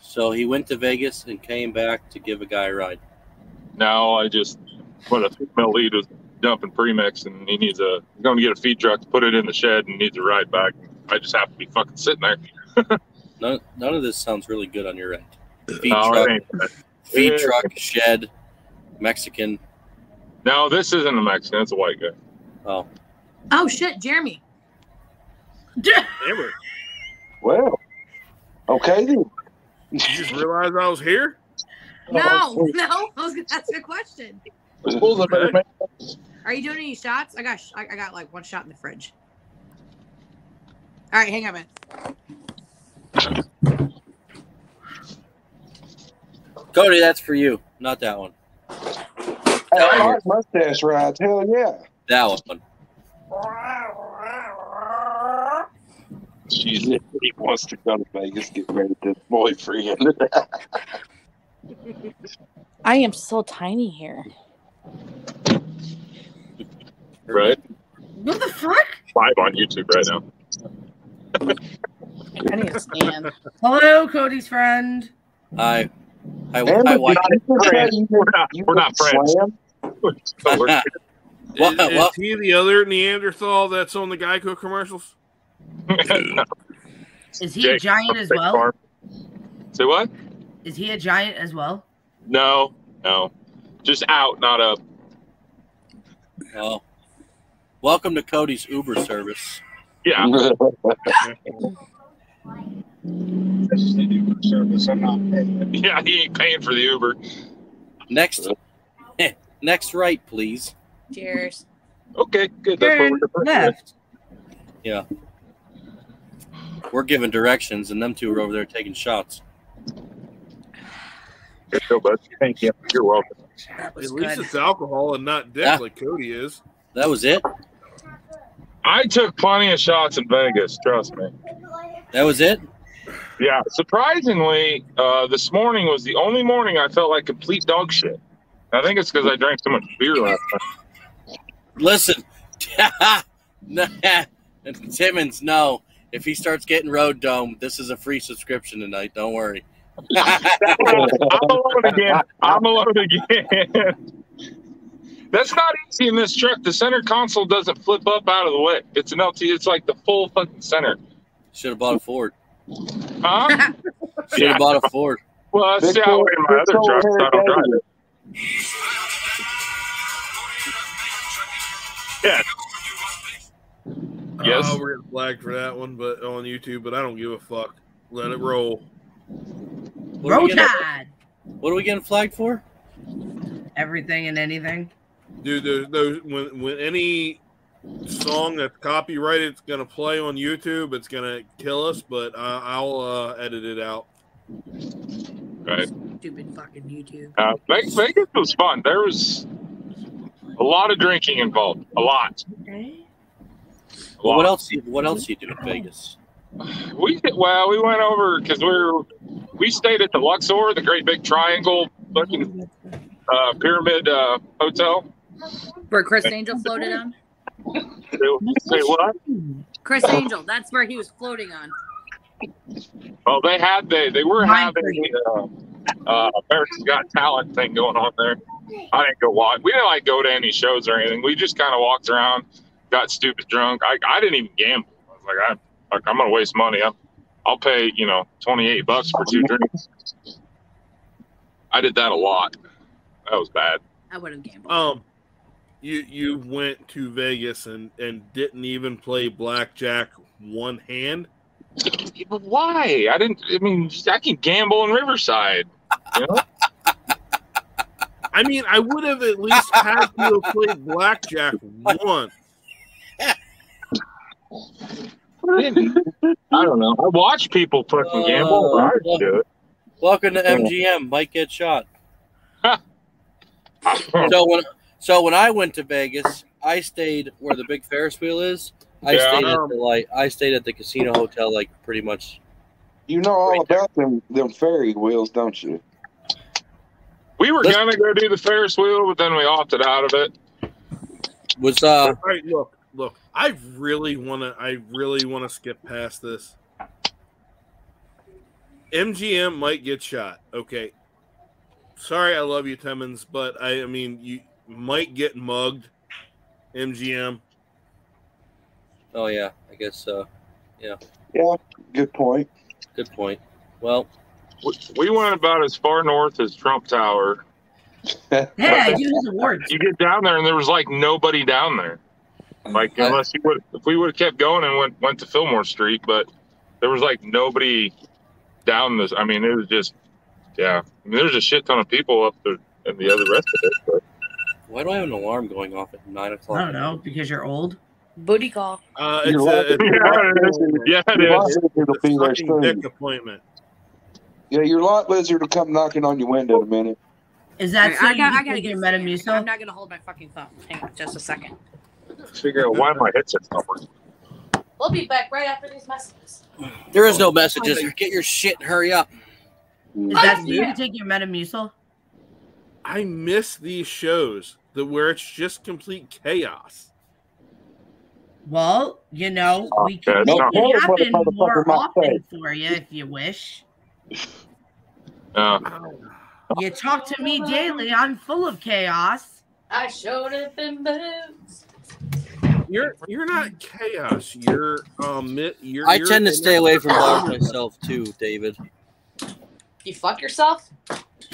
So he went to Vegas and came back to give a guy a ride.
No, I just when a female lead was dumping premix and he needs a he's going to get a feed truck to put it in the shed and needs a ride back. I just have to be fucking sitting there.
None, none of this sounds really good on your end. Feed
No, it
truck,
ain't.
feed
Yeah.
truck, shed, Mexican.
No, this isn't a Mexican. It's a white guy.
Oh,
Oh shit, Jeremy. *laughs*
Amber,
Well, okay then.
you just
*laughs*
realized I was
*laughs*
here.
No, no. I was gonna ask a question.
Okay.
Are you doing any shots? I got, sh- I I got like one shot in the fridge. All right, hang on, man.
Cody, that's for you. Not that one.
Hey, I like mustache rides. Hell yeah.
That one.
Jesus, he wants to go to Vegas, get married to his *laughs* boyfriend.
I am so tiny here.
Right?
What the fuck?
Live on YouTube right now. *laughs*
I need a stand.
Hello, Cody's friend.
I I,
Emma,
I
did
watched.
you just say
friends.
you
We're
did-
not-
you
we're
did
not friends.
slam?
*laughs*
So we're-
Well,
Is,
well-
is he the other Neanderthal that's on the Geico commercials?
*laughs*
Is he a
Jake,
giant as
Big
well?
farm. Say what?
Is he a giant as well?
No, no. Just out, not up.
well, welcome to Cody's Uber service.
Yeah. *laughs*
*laughs*
Yeah, he ain't paying for the Uber.
Next, *laughs* next right, please.
Cheers.
Okay, good. That's what we're doing.
Left.
We're giving directions, and them two are over there taking shots.
There you go, bud. Thank you. You're welcome.
That was
At least
good.
it's alcohol and not dick
Yeah.
like Cody is.
That was it.
I took plenty of shots in Vegas. Trust me.
That was it.
Yeah. Surprisingly, uh, this morning was the only morning I felt like complete dog shit. I think it's because I drank so much beer last night.
Listen, *laughs* Nah, Timmons, no. If he starts getting road dome, this is a free subscription tonight. Don't worry. *laughs*
I'm alone again. I'm alone again. *laughs* That's not easy in this truck. The center console doesn't flip up out of the way. It's an LT. It's like the full fucking center.
Should have bought a Ford.
Huh?
Should have bought a Ford.
Well, I
Big
see how
old-
in my
big
other
old
truck. so I don't drive
Harry
it. Yeah. Yes.
Uh, we're getting flagged for that one, but on YouTube. But I don't give a fuck. Let it roll.
What are,
Roll
we getting,
Tide.
what are we getting flagged for?
Everything and anything.
Dude, those, those when when any song that's copyrighted, it's gonna play on YouTube. It's gonna kill us, but I, I'll uh, edit it out.
Right.
Stupid fucking YouTube.
Uh, Ve- Vegas was fun. There was a lot of drinking involved. A lot.
Okay.
A lot.
What else? you- What else you do in Vegas?
We did- well, we went over because we were we stayed at the Luxor, the Great Big Triangle fucking uh, pyramid uh, hotel.
Where Chris Angel floated on.
They- Say what?
Chris Angel. That's where he was floating on.
Well, Oh, they had they they were
Mine
having the uh, uh, America's Got Talent thing going on there. I didn't go watch. We didn't like go to any shows or anything. We just kind of walked around, got stupid drunk. I, I didn't even gamble. I was like, I, like I'm gonna waste money. I'm, I'll pay you know 28 bucks for two drinks. I did that a lot. That was bad.
I would have gambled.
Um, you you went to Vegas and and didn't even play blackjack one hand.
But why? I didn't. I mean, I can gamble in Riverside. You know?
I mean, I would have at least had you have played blackjack once.
I, didn't- I don't know. I watch people fucking gamble. I do it.
Welcome to MGM. Mike get shot.
Hmm.
So when so when I went to Vegas, I stayed where the big Ferris wheel is. I
Yeah.
stayed at the like I stayed at the casino hotel like pretty much.
You know all
Right there.
about them them ferry wheels, don't you?
We were
Let's-
gonna go do the Ferris wheel, but then we opted out of it.
Was uh
All right, look, look. I really want to. I really want to skip past this. MGM might get shot. Okay. Sorry, I love you, Timmons, but I, I mean, you might get mugged. MGM.
oh yeah, I guess uh
Good point.
good point. Well,
We- We went about as far north as Trump Tower.
Hey, I do his awards.
You get down there, and there was like nobody down there. Like
I-
unless you would, if we would have kept going and went went to Fillmore Street, but there was like nobody down this. I mean, it was just yeah. I mean, there's a shit ton of people up there and the other rest of it.
*laughs*
But
why do I have an alarm going off at nine o'clock?
I don't know because you're old.
Booty call.
Uh,
You're
it's
right.
a, it's
yeah, it is. yeah, it
Your lot
is.
lizard will
a
be there
sucking
soon.
dick appointment.
Yeah, your lot lizard will come knocking on your window in a minute.
Is that so
I, got,
you
I
can
gotta
take
get
your
a second. I'm
Metamucil?
not gonna hold my fucking phone. Hang on, just a second.
Figure out why my headset's not working.
We'll be back right after these messages.
There is no messages. Get your shit and hurry up.
Is that so
Oh,
you
yeah.
can take your Metamucil?
I miss these shows that where it's just complete chaos.
Well, you know,
Oh,
we can
yeah, it's
make
not-
Hey,
it happen
motherfucker,
more
my
often for you if you wish.
Uh,
You talk to me daily. I'm full of chaos.
I showed up in boots.
You're you're not chaos. You're um. mi- You're,
I
you're-
tend to stay away from bars myself too, David.
You fuck yourself?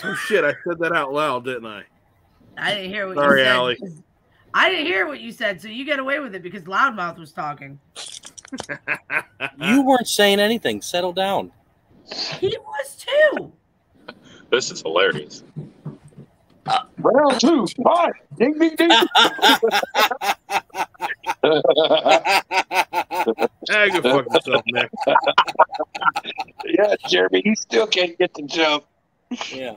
Oh shit! I said that out loud, didn't I?
I didn't hear what
Sorry,
you said.
Allie.
because- I didn't hear what you said, so you get away with it because Loudmouth was talking.
*laughs* You weren't saying anything. Settle down.
He was too.
This is hilarious.
Uh,
Round two, fight. Ding, ding, ding.
Ah, go fuck yourself, Nick.
*laughs* yeah, Jeremy, he still can't get the jump.
yeah.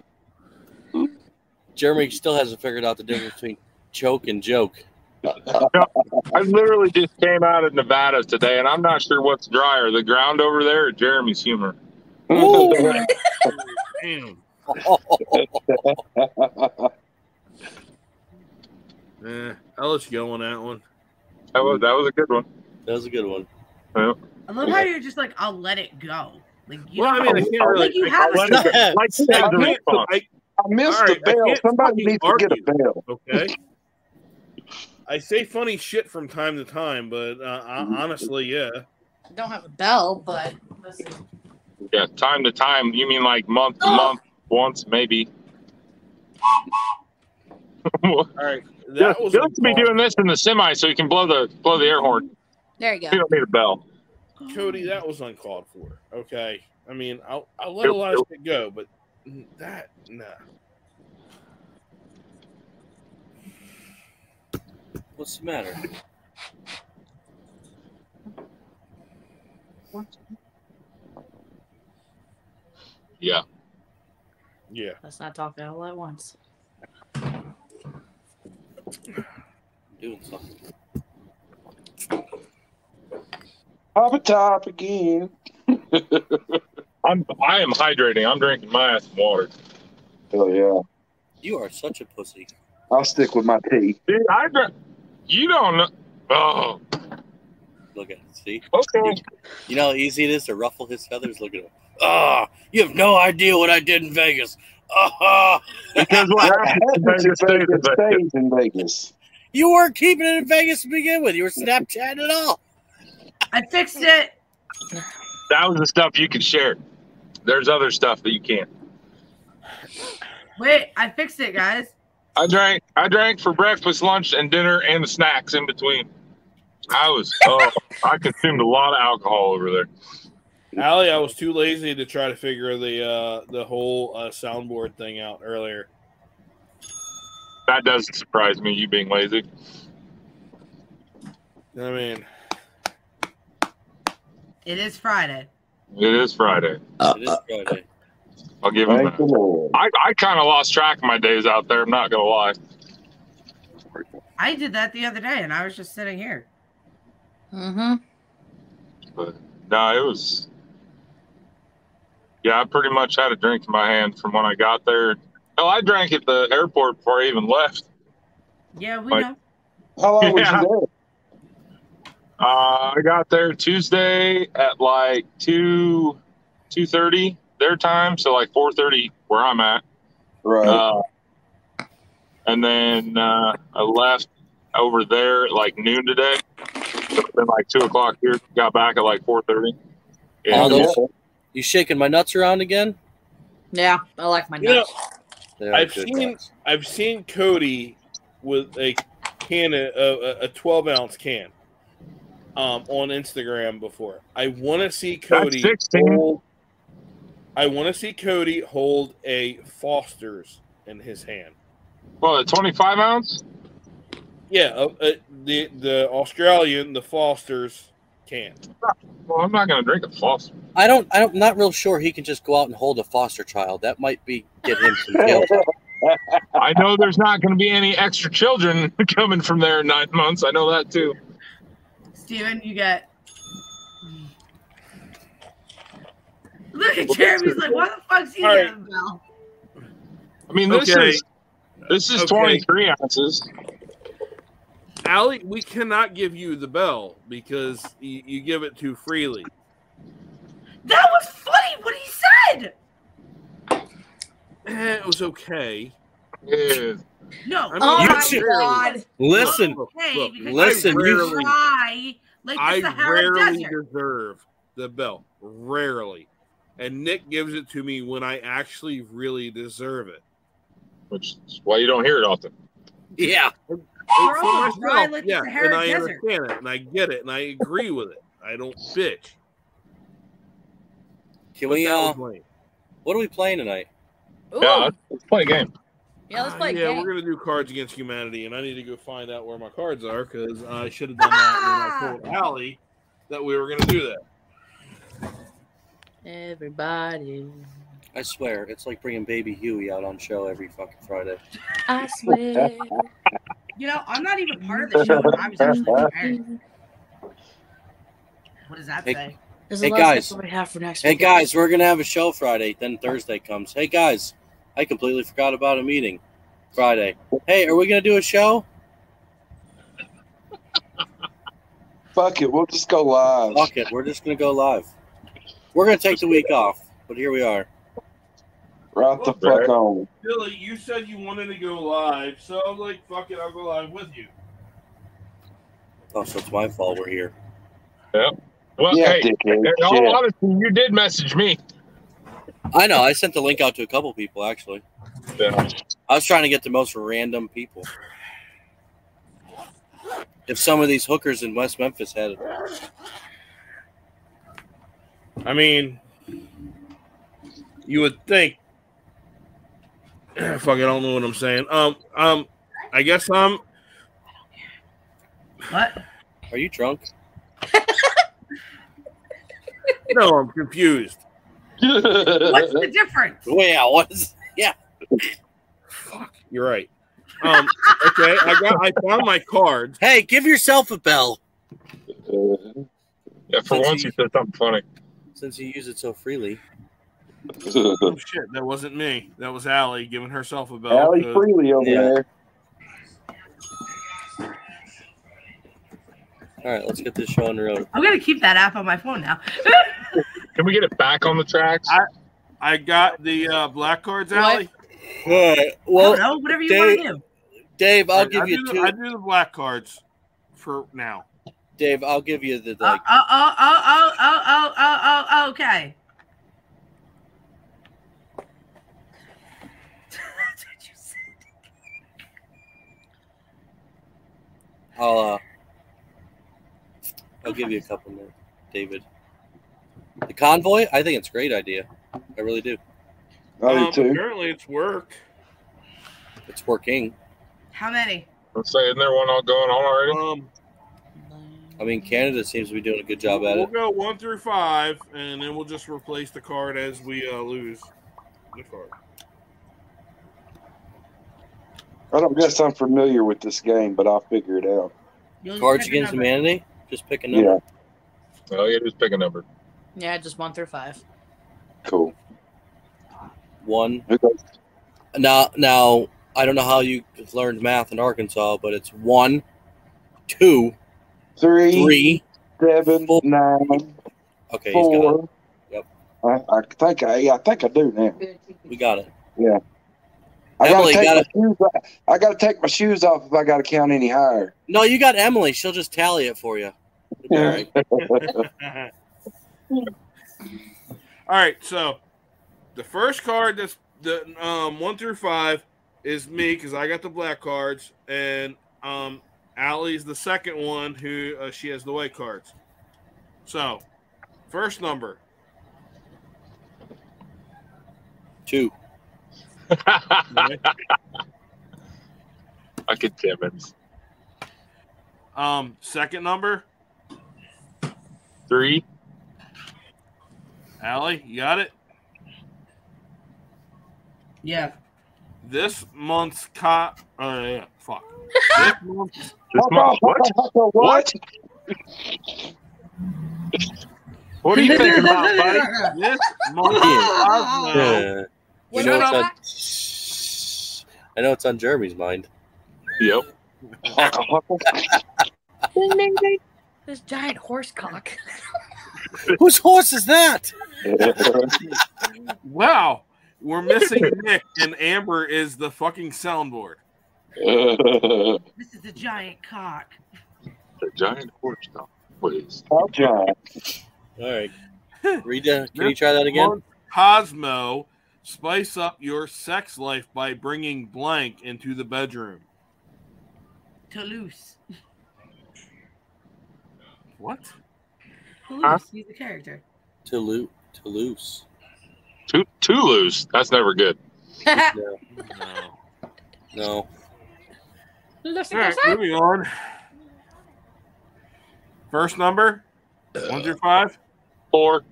Jeremy still hasn't figured out the difference between choke and joke.
I literally just came out of Nevada today, and I'm not sure what's drier, the ground over there or Jeremy's humor.
*laughs*
Damn. Eh, I'll let you go on that one.
That was that was a good one.
That was a good one.
I love how you're just like, I'll let it go. Like you
Well, I
don't-
mean, I can't really.
like you have
I,
a
can't-
Like
I
that was a
can't-
response.
I-
I missed
All right, I
the bell.
can't
Somebody
fucking
needs to get a bell.
okay. I say funny shit from time to time, but uh,
Mm-hmm.
hon- honestly, yeah.
I don't have a bell, but listen.
Yeah, time to time. You mean like month to
*gasps*
Oh.
month, once maybe.
All right, that
Yeah,
was
you'll have to be
impromptu.
doing this in the semi so you can blow the blow the air horn.
There you
You
go.
don't need a bell.
Cody, that was uncalled for. Okay. I mean, I'll, I'll let a lot of shit go, but that, nah.
What's the matter?
Yeah.
Yeah.
Let's not talk all at once.
Doing something.
Pop a top again.
I'm I am hydrating. I'm drinking my ass some water.
Oh yeah,
You are such a pussy.
I'll stick with my *laughs* tea.
Dude, I dr- you don't know Oh,
Look at it. See?
okay.
You know how easy it is to ruffle his feathers? Look at him. Ah, you have no idea what I did in Vegas. Ah,
Because what happens in
Happens in
Vegas stays in
Vegas
Vegas.
stays in Vegas.
you weren't keeping it in Vegas to begin with. You were Snapchatting it all.
I fixed it.
That was the stuff you could share. There's other stuff that you can't.
Wait, I fixed it, guys.
I drank I drank for breakfast, lunch, and dinner and the snacks in between. I was oh I consumed a lot of alcohol over there.
Allie, I was too lazy to try to figure the uh, the whole uh, soundboard thing out earlier.
That doesn't surprise me, you being lazy.
I mean,
It is Friday.
It is Friday.
it is Friday.
I'll give him
Thank the
that.
Lord.
I, I kind of lost track of my days out there. I'm not gonna lie.
I did that the other day, and I was just sitting here.
Mm-hmm.
But no, it was. Yeah, I pretty much had a drink in my hand from when I got there. Hell, I drank at the airport before I even left.
Yeah, we
Like-
know.
How long
Yeah.
was
Uh, I got there Tuesday at like two, two thirty their time, so like four thirty where I'm at.
you there? Right.
Uh, and then uh, I left over there at like noon today. So it's been like two o'clock here. Got back at like four thirty.
All
Yeah,
those- you shaking my nuts around again?
Yeah, I like my
you know,
nuts.
They're
I've
good
seen-
nuts.
I've seen Cody with a can, of, uh, a, a 12 ounce can um, on Instagram before. I want to see Cody.
That's 16.
hold- I want to see Cody hold a Foster's in his hand.
Well, a twenty-five ounce.
Yeah, uh, uh, the the Australian, the Foster's can.
Well, I'm not gonna drink a false.
I don't. I don't. Not real sure he can just go out and hold a foster child. That might be get him *laughs* some guilt.
I know there's not gonna be any extra children *laughs* coming from there in nine months. I know that too.
Steven, you got. Look at Jeremy's like, why the fuck's he
All right.
getting a bell?
I mean, this
Okay.
is this is
Okay.
twenty-three ounces.
Allie, we cannot give you the bell because you, you give it too freely. *clears throat*
That was funny what he said.
eh, it was okay.
Yeah.
No.
I mean,
Oh
you
my
should-
god.
Listen,
Look,
okay,
look,
because
listen,
I
you-
rarely-
try like the
I
Sahara
rarely
Desert.
deserve the belt. Rarely. And Nick gives it to me when I actually really deserve it.
Which is why you don't hear it often.
Yeah.
You're
For
also dry
myself,
like
yeah,
the
and
Sahara
I
Desert.
understand it, and I get it, and I agree with it. I don't bitch.
Can we?
That
Uh,
was lame.
what are we playing tonight?
Ooh.
Yeah, let's- let's play a game.
Yeah, let's
Ah,
play a
yeah,
game.
we're gonna do Cards Against Humanity, and I need to go find out where my cards are because I should have done that
Ah!
when I told Allie that we were gonna do that.
Everybody.
I swear, it's like bringing Baby Huey out on show every fucking Friday.
I swear.
You know, I'm not even part of the show. but I was actually tired. What does that
Hey,
say?
There's
Hey,
lot of stuff
guys.
that we have for next
Hey
week.
guys, we're gonna have a show Friday. Then Thursday comes. Hey guys, I completely forgot about a meeting Friday. Hey, are we gonna do a show?
Fuck it, we'll just go live.
Fuck it, we're just gonna go live. We're gonna take the week off, but here we are.
Right the fuck on.
Billy, you said you wanted to go live, so I was like, "Fuck it, I'll go live with you."
Oh, so it's my fault we're here.
Well,
Yeah,
hey,
dickhead.
in all
Shit.
honesty, you did message me.
I know. I sent the link out to a couple people actually.
*laughs*
Yeah.
I was trying to get the most random people. If some of these hookers in West Memphis had it,
I mean, you would think. Fuck, I don't know what I'm saying. Um, um, I guess I'm.
What?
are you drunk?
No, I'm confused.
What's the difference?
Well, what is?
Fuck, you're right. Um, okay, I got. I found my cards.
Hey, give yourself a bell
Yeah, for once you said something
*laughs*
funny.
since you use it so freely.
Oh shit, that wasn't me. That was Allie giving herself a Uh, bell.
Allie
'cause-
Freely over
Yeah.
there.
All right, let's get this show on the road.
I'm gonna keep that app on my phone now.
Can we get it back on the tracks?
I- I got the uh, black cards,
What?
Allie.
All right.
I
Well,
don't know, whatever you
they-
want to do.
Dave,
I-
I'll
I
give you
do the-
two.
I do the black cards for now.
Dave, I'll give you the
Oh,
like.
oh, oh, oh, oh, oh, oh, oh, oh, okay. That's what you said.
I'll uh, I'll give you a couple more, David. The convoy. I think it's a great idea. I really do.
I do
Um,
too.
Apparently, it's worked.
It's working.
How many?
Let's say, isn't there one all going on already?
Um,
I
Mm-hmm.
mean, Canada seems to be doing a good job at
we'll
it.
go one through five, and then we'll just replace the card as we uh, lose the card.
I don't guess I'm familiar with this game, but I'll figure it out.
You'll just
Cards
pick a
Against
number.
Humanity. Just pick a number.
Yeah,
Oh, yeah, just pick a *laughs* number.
Yeah, just one through five.
cool.
One.
Okay.
Now, now I don't know how you learned math in Arkansas, but it's one, two,
Three,
three.
seven,
four,
nine,
Okay, he's got it.
four.
Yep.
I, I think I, yeah, I think I do now.
We got it.
I gotta
Emily,
take
gotta-
my shoes. Off. I gotta take my shoes off if I gotta count any higher.
No, you got Emily. She'll just tally it for you. It'll be all right.
All right, so the first card that's the um one through five is me because I got the black cards, and um Allie's the second one who uh, she has the white cards. So, first number
Two.
I could tell him.
Um, second number,
Three.
Allie, you got it.
Yeah.
This month's co Uh, yeah, fuck. This month's,
This month. What? What? What are you thinking about, buddy?
this month's Cosmo.
Uh,
What
you know
about
it's on, I know it's on
*laughs*
Jeremy's mind.
*laughs*
Yep.
This giant horse cock. *laughs*
Whose horse is that?
Wow, We're missing Nick, and Amber is the fucking soundboard.
This is a giant cock.
The giant horse dog. Please.
How giant?
All right. Read that. Can you try that again?
Cosmo, spice up your sex life by bringing blank into the bedroom.
Toulouse.
What?
Toulouse. He's a character.
Toulouse. Toulouse.
Too too loose. That's never good.
No.
No.
All right, moving on. First number, one through five.
Four.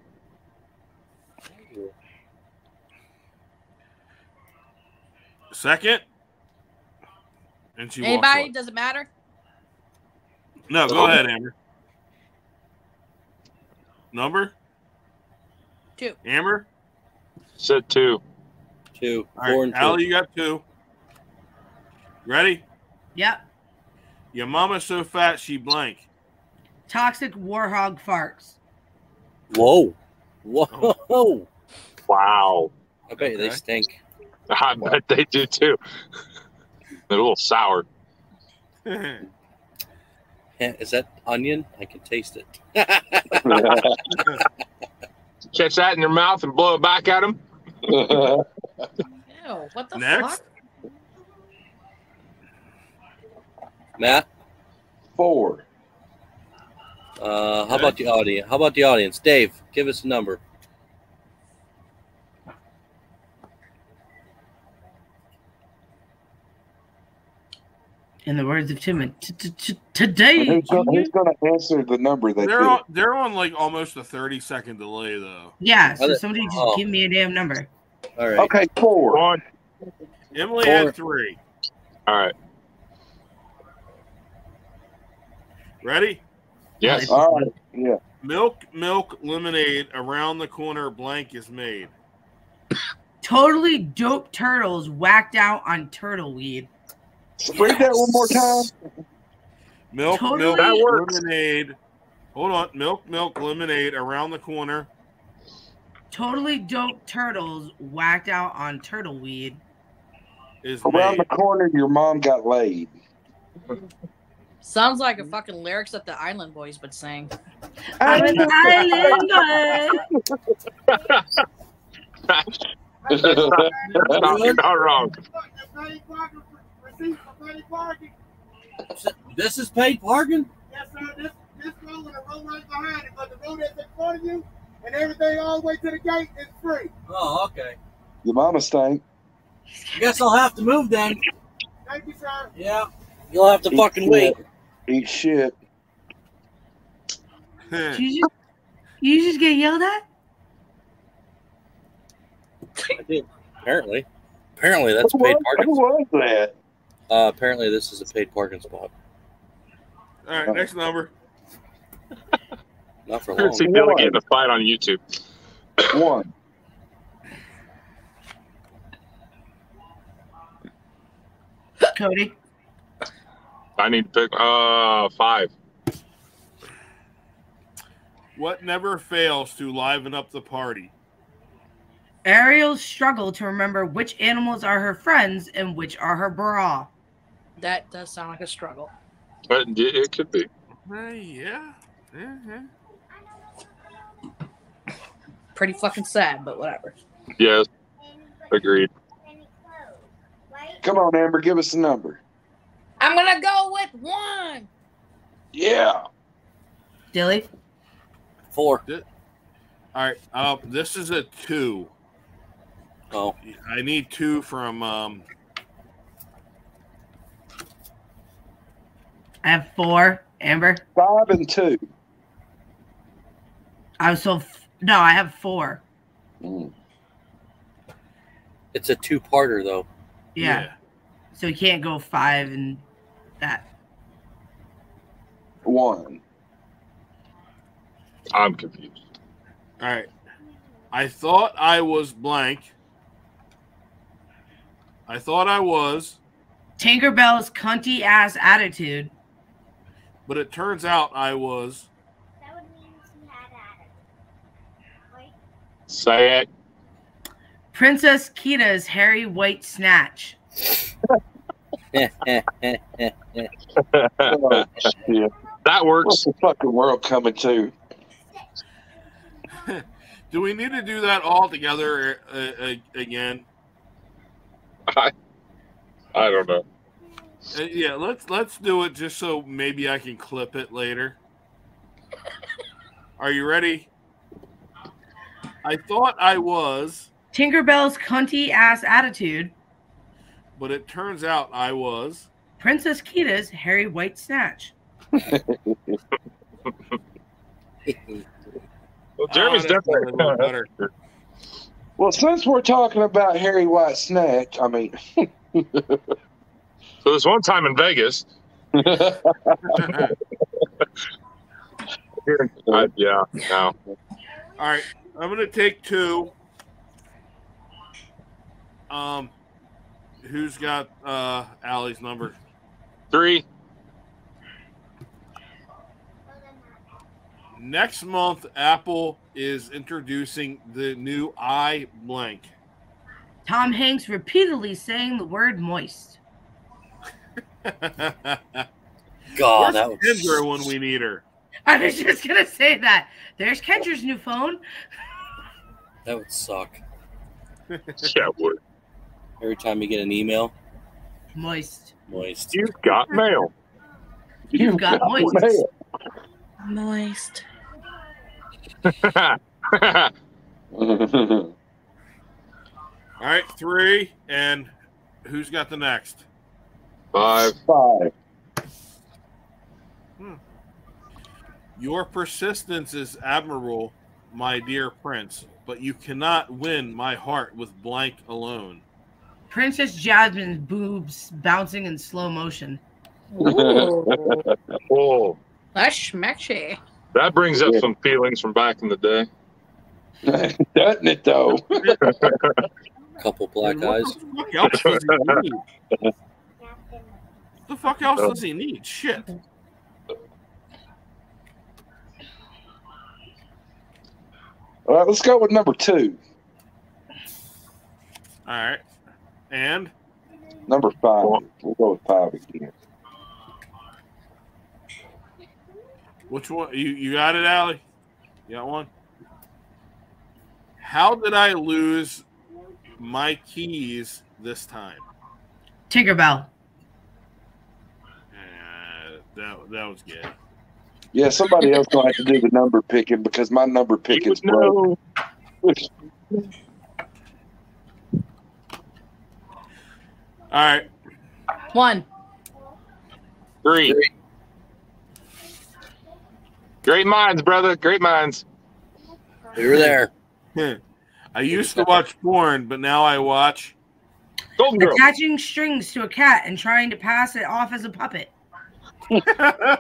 Second, and she walks
Anybody?
away.
Doesn't matter.
No, go ahead, Amber. Number
Two.
Amber.
Said two.
Two.
All
Four
right,
and two.
Allie, you got two. Ready?
Yep.
Your mama's so fat she blank.
*laughs*
Toxic warhog farts.
Whoa. Whoa. *laughs*
Wow. *laughs*
I bet you they
Okay.
stink.
I bet they do too. They're a
*laughs*
little sour.
Yeah, Is that onion? I can taste it.
Catch that in their mouth and blow it back at them.
Ew, what the
Next.
fuck?
Matt,
Four.
uh, how about the audience? How about the audience? Dave, give us a number.
In the words of Tim, t- t- t-
And
today.
Who's gonna,
Junior.
who's gonna answer the number they
they're on,
pick?
they're on like almost a thirty second delay though.
Yeah, so
Other-
somebody just
oh.
give me a damn number.
All right.
Okay, four.
One.
Emily
Four.
had three.
All right.
Ready?
Yes.
All right. Yeah.
Milk, milk, lemonade. Around the corner, blank is made.
Totally dope turtles whacked out on turtle weed.
So Read that one more time.
Milk,
Totally.
milk,
That
works.
lemonade. Hold on. Milk, milk, lemonade. Around the corner.
Totally dope turtles whacked out on turtle weed.
is
Around
made.
the corner, your mom got laid.
Sounds like a fucking lyrics that the Island Boys would sing.
I'm an island boy.
*laughs* That's not, that's not, you're not wrong.
This is paid parking.
Yes, sir. This this road and the road right behind it, but the road that's in front of you and everything all the way to the gate is free.
Oh, okay.
Your mama stank.
I guess I'll have to move then.
Thank you, sir.
Yeah. You'll have to fucking wait.
Eat shit.
Did You just, you just get yelled at?
I did. Apparently. Apparently, that's a
who,
paid
was,
*laughs*
who
parking.
was that?
Uh, apparently, this is a paid parking spot.
*laughs* All right, next number.
Not for
I see
long.
Billy getting a fight on YouTube.
One.
Cody.
I need to pick uh five.
What never fails to liven up the party?
Ariel's struggle to remember which animals are her friends and which are her bra.
That does sound like a struggle.
But it, it could be.
Uh, yeah. Mhm.
Pretty fucking sad, but whatever.
Yes. Agreed.
Come on, Amber, give us a number.
I'm gonna go with one.
Yeah.
Dilly?
Four.
All right. Uh, this is a two.
Oh,
I need two from um,
I have four. Amber?
Five and two.
I was so. F- no, I have four.
Mm.
it's a two-parter though. *laughs*
Yeah. So you can't go five and that.
*laughs*
One.
I'm confused.
All right. I thought I was blank. I thought I was,
Tinkerbell's cunty ass attitude.
but it turns out I was. *laughs*
That
*laughs*
would mean she had attitude. Wait,
Say it.
Princess Kita's hairy white snatch.
oh, shit.
That works.
What's
*laughs*
the fucking world coming to?
Do we need to do that all together uh, uh, again?
I, I don't know.
Uh, yeah, let's let's do it just so maybe I can clip it later. Are you ready? I thought I was,
Tinkerbell's cunty ass attitude.
but it turns out I was.
Princess Kita's hairy white snatch.
Well,
Oh, that's
Jeremy's definitely
a little better.
Well, since we're talking about Harry White Snatch, I mean,
*laughs* So this one time in Vegas, I, yeah, no,
*laughs* All right, I'm gonna take two. Um, who's got uh Allie's number?
three.
Next month, Apple is introducing the new i blank. *laughs*
Tom Hanks repeatedly saying the word moist.
God,
Where's
Oh, that was
Kendra when we need her.
*laughs* I was just gonna say that. There's Kendra's new phone.
that would suck.
Yeah, it would.
Every time you get an email,
Moist.
moist.
You've got mail.
You've got moist.
Moist.
mail.
All right, three, and who's got the next?
*laughs* *laughs* Five.
Five. *laughs*
Your persistence is admirable, my dear prince, but you cannot win my heart with blank alone.
Princess Jasmine's boobs bouncing in slow motion.
Ooh,
Oh,
that's schmecky.
that brings up
Yeah.
some feelings from back in the day.
Doesn't it though?
Couple black
And what The
eyes.
fuck else does he *laughs* need? the fuck else does he need? Shit.
All right, let's go with number two.
All right. And
Number five. We'll go with five again.
which one? You, you got it, Allie? You got one? How did I lose my keys this time?
Tinkerbell.
Uh, that, that was good.
Yeah, somebody else gonna have to do the number picking because my number pick
You
is broke.
know,
All right.
One.
Three. Great minds, brother. Great minds.
We were
*laughs*
there. *laughs*
I used to watch porn, but now I watch.
Golden Girl.
Attaching strings to a cat and trying to pass it off as
*laughs*
a puppet.
Eh,
I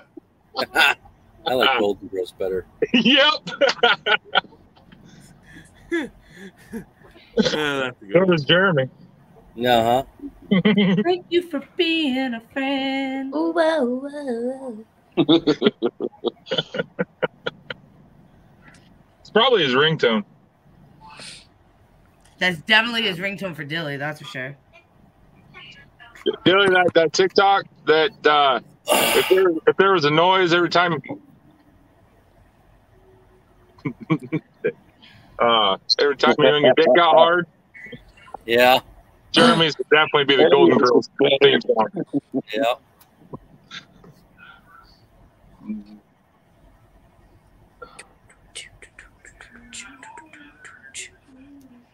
like Golden Girls better.
*laughs* yep.
That's a good one.
Jeremy.
No, huh?
Thank you for being a friend.
Ooh,
Oh,
whoa, whoa,
It's probably his ringtone.
That's definitely his ringtone for Dilly, that's for sure.
The other that that TikTok that uh, if there if there was a noise every time. *laughs* uh, every time you and your dick got hard,
Yeah,
Jeremy's would definitely be the Golden Girls *laughs* theme song.
yeah.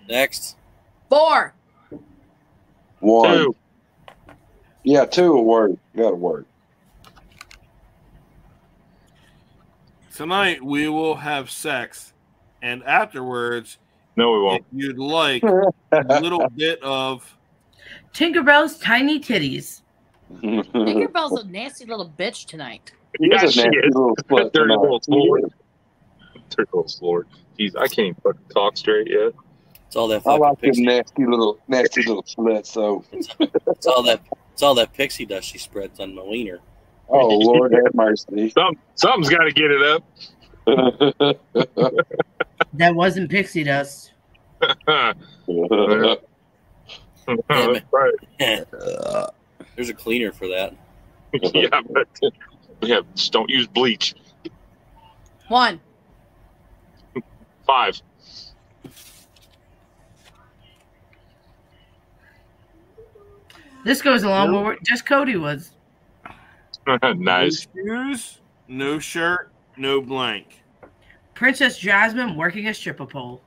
Next.
Four.
One.
Two.
Yeah, two will work. Got to
*laughs*
work. *laughs*
Tonight we will have sex, and afterwards,
No, we
if
won't.
you'd like a little bit of.
Tinkerbell's tiny titties.
He's
Tinkerbell's a nasty little bitch tonight.
Yeah, she
a nasty
is. *laughs*
little slut
Dirty
tonight.
little
He
whore.
is.
Dear Girls, Lord. Jeez, I can't even fucking talk straight yet.
It's all
I
that fucking
like them
pixie.
nasty little nasty little slut.
*laughs*
So,
It's all that. It's all that pixie dust she spreads on my wiener.
oh Lord have
*laughs*
mercy.
Some, something's got to get *laughs* it up.
That wasn't pixie dust.
Damn it.
right.
Uh, There's a cleaner for that.
*laughs* yeah, but *laughs* yeah, just don't use bleach.
One.
Five. *laughs*
This goes along with what just Cody was.
nice.
No shoes, no shirt, no blank.
Princess Jasmine working a stripper pole.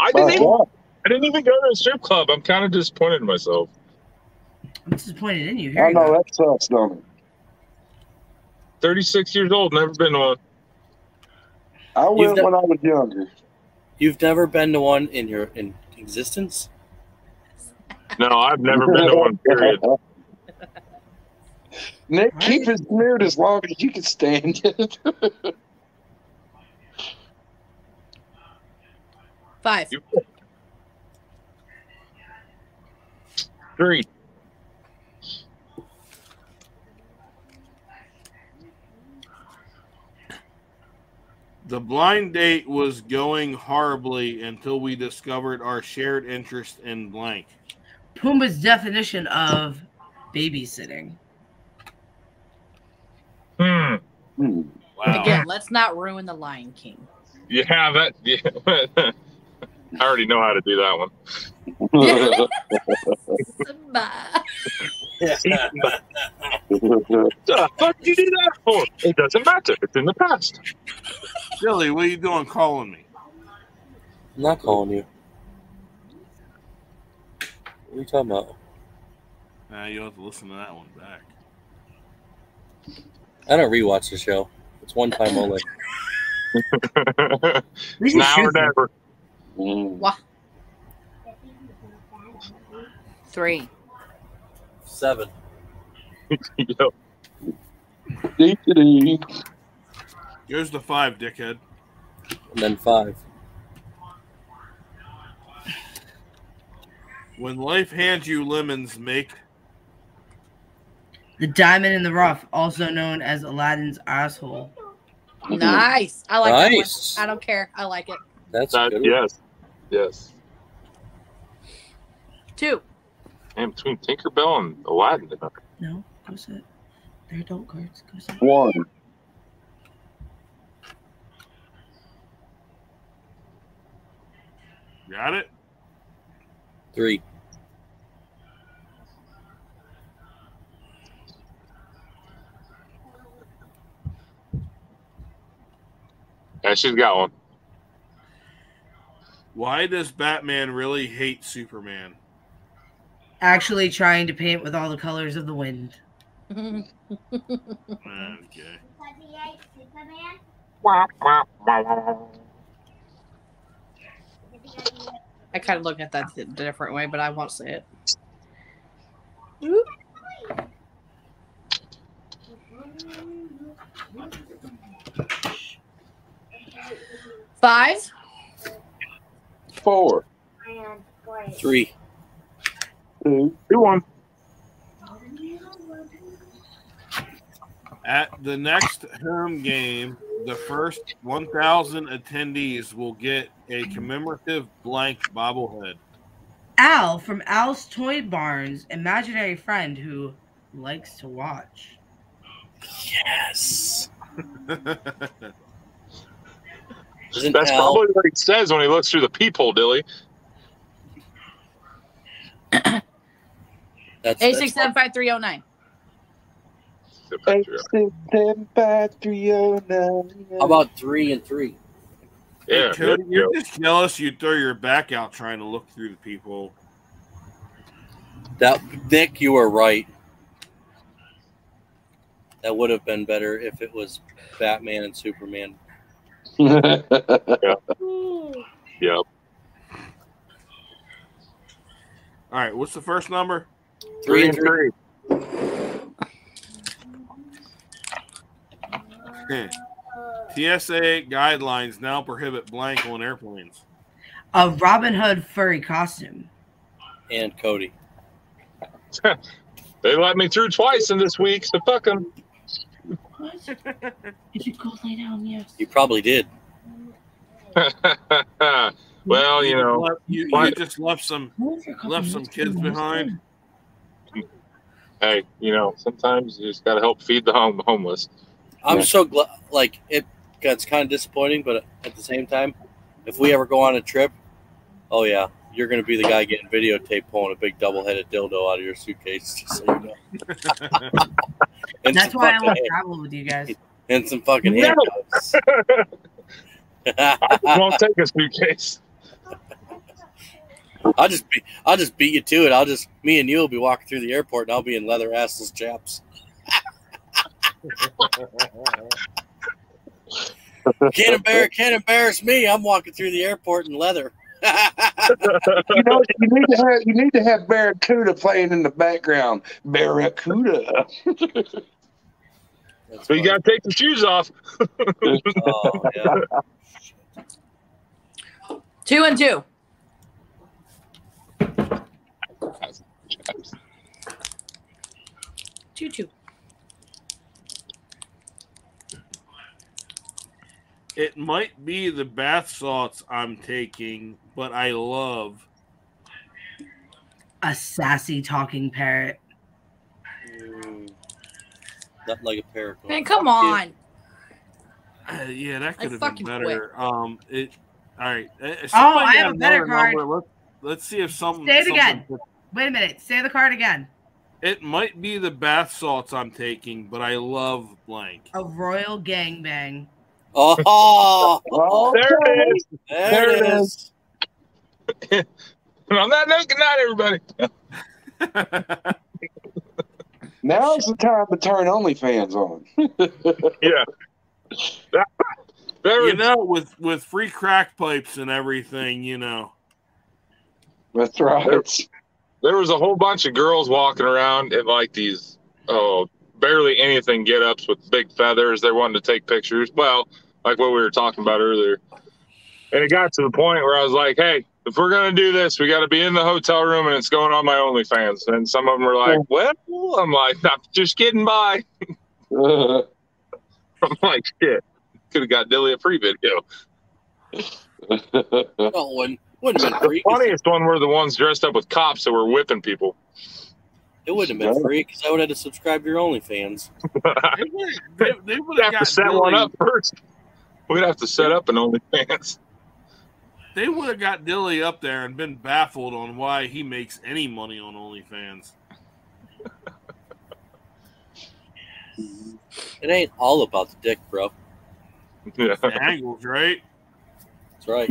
I didn't even I didn't even go to a strip club. I'm kind of disappointed in myself.
I'm disappointed in you. Here
I
you go.
know that sucks, don't it?
36 years old, never been to one.
I
You've
went
done-
when I was younger.
You've never been to one in your in existence?
No, I've never been
*laughs*
to one. Period.
Nick, keep his beard as long as you can stand it.
Five.
Three.
The blind date was going horribly until we discovered our shared interest in blank.
Pumbaa's definition of babysitting.
Hmm. Wow.
Again, let's not ruin the Lion King.
Yeah, that. *laughs* Yeah. I already know how to do that one. the fuck you do that for? It doesn't matter. It's in the past.
Billy, what are you doing calling me?
I'm not calling you. What are you talking about?
Nah, you'll have to listen to that one back.
I don't rewatch the show. It's one time only.
now or never. *laughs* Mm.
Wha- Three.
Seven.
Yep.
Dee-dee-dee.
Goes to five, dickhead.
And then five.
When life hands you lemons, make
The diamond in the rough, also known as Aladdin's asshole.
Nice. I like
Nice.
that one. I don't care. I like it.
That's
That-
good.
yes. Yes.
Two. *laughs*
And between Tinkerbell and Aladdin.
No, go sit. They're adult cards. Go sit.
One.
got it.
Three.
Yeah, she's got one.
Why does Batman really hate Superman?
Actually, trying to paint with all the colors of the wind.
Ah, okay.
I kind of look at that a different way, but I won't say it. Five.
Four. *laughs*
Three.
Two.
one.
At the next home game, the first 1,000 attendees will get a commemorative blank
*laughs*
bobblehead.
Al from Al's Toy Barn's imaginary friend who likes to watch.
Yes. Isn't
That's
Al-
probably what he says when he looks through the peephole, Dilly.
That's,
Eight
that's
six seven five three zero nine.
Eight, six, seven, five, three, oh, nine.
How about three and three?
Hey,
Yeah.
Cody,
there
you're
you go.
just jealous you throw your back out trying to look through the people.
That Nick, you were right. That would have been better if it was Batman and Superman.
Yep.
All right, what's the first number?
Three and three.
TSA guidelines now prohibit blank on airplanes.
A Robin Hood furry costume.
And Cody.
They let me through twice in this week, so fuck them.
Did you go lay down? Yes.
You probably did.
*laughs* Well, Oh, you know,
left- you, you
what?
just left some left some kids behind.
hey, you know, sometimes you just got to help feed the home- homeless.
I'm so glad. Like it, it's kind of disappointing, but at the same time, if we ever go on a trip, oh yeah, you're gonna be the guy getting videotaped pulling a big double-headed dildo out of your suitcase, just so you know.
*laughs*
And
That's
some
why I
fucking
love
hand-
travel with you guys.
and some fucking
No.
handcuffs.
*laughs*
*laughs*
I just won't take a suitcase.
I'll just be, I'll just beat you to it. I'll just me and you will be walking through the airport, and I'll be in leather assless
*laughs*
chaps. can't embarrass, can't embarrass me. I'm walking through the airport in leather. *laughs*
you know, you need to have you need to have Barracuda playing in the background. Barracuda.
But you got to take the shoes off.
oh, yeah.
Two and two. Two two.
It might be the bath salts I'm taking, but I love.
A sassy talking parrot.
Nothing like a paracord.
Man, come on.
Uh, yeah, that
I
could have
fucking
been better. Um, it. All right. Uh, somebody
Oh, I have
got
a better
another
card.
number. Let's, let's see if some.
Say it
something-
again. Wait a minute. Say the card again.
It might be the bath salts I'm taking, but I love blank.
A royal gangbang.
Oh, *laughs*
there it is.
There,
it is. *laughs* and on that note, good night, everybody.
Oh.
Now's the time to turn OnlyFans on.
yeah.
*laughs* you know, with with free crack pipes and everything, you know.
That's right.
There, there was a whole bunch of girls walking around in like these, oh, barely anything get ups with big feathers. They wanted to take pictures. Well, like what we were talking about earlier. And it got to the point where I was like, hey, if we're going to do this, we got to be in the hotel room and it's going on my OnlyFans. And some of them were like, well, I'm like, I'm just kidding. Bye. *laughs* I'm like, shit. Could have got Dilly a free video.
No, Oh, wouldn't, wouldn't have been
The
free. 'cause
funniest one were the ones dressed up with cops that were whipping people. *laughs*
It wouldn't have been free because I would have had to subscribe to your OnlyFans.
They, they would
have to set one up first. We'd have to set up an OnlyFans. *laughs*
They would have got Dilly up there and been baffled on why he makes any money on
*laughs*
OnlyFans.
It ain't all about the dick, bro.
Yeah.
The angles, right?
That's right.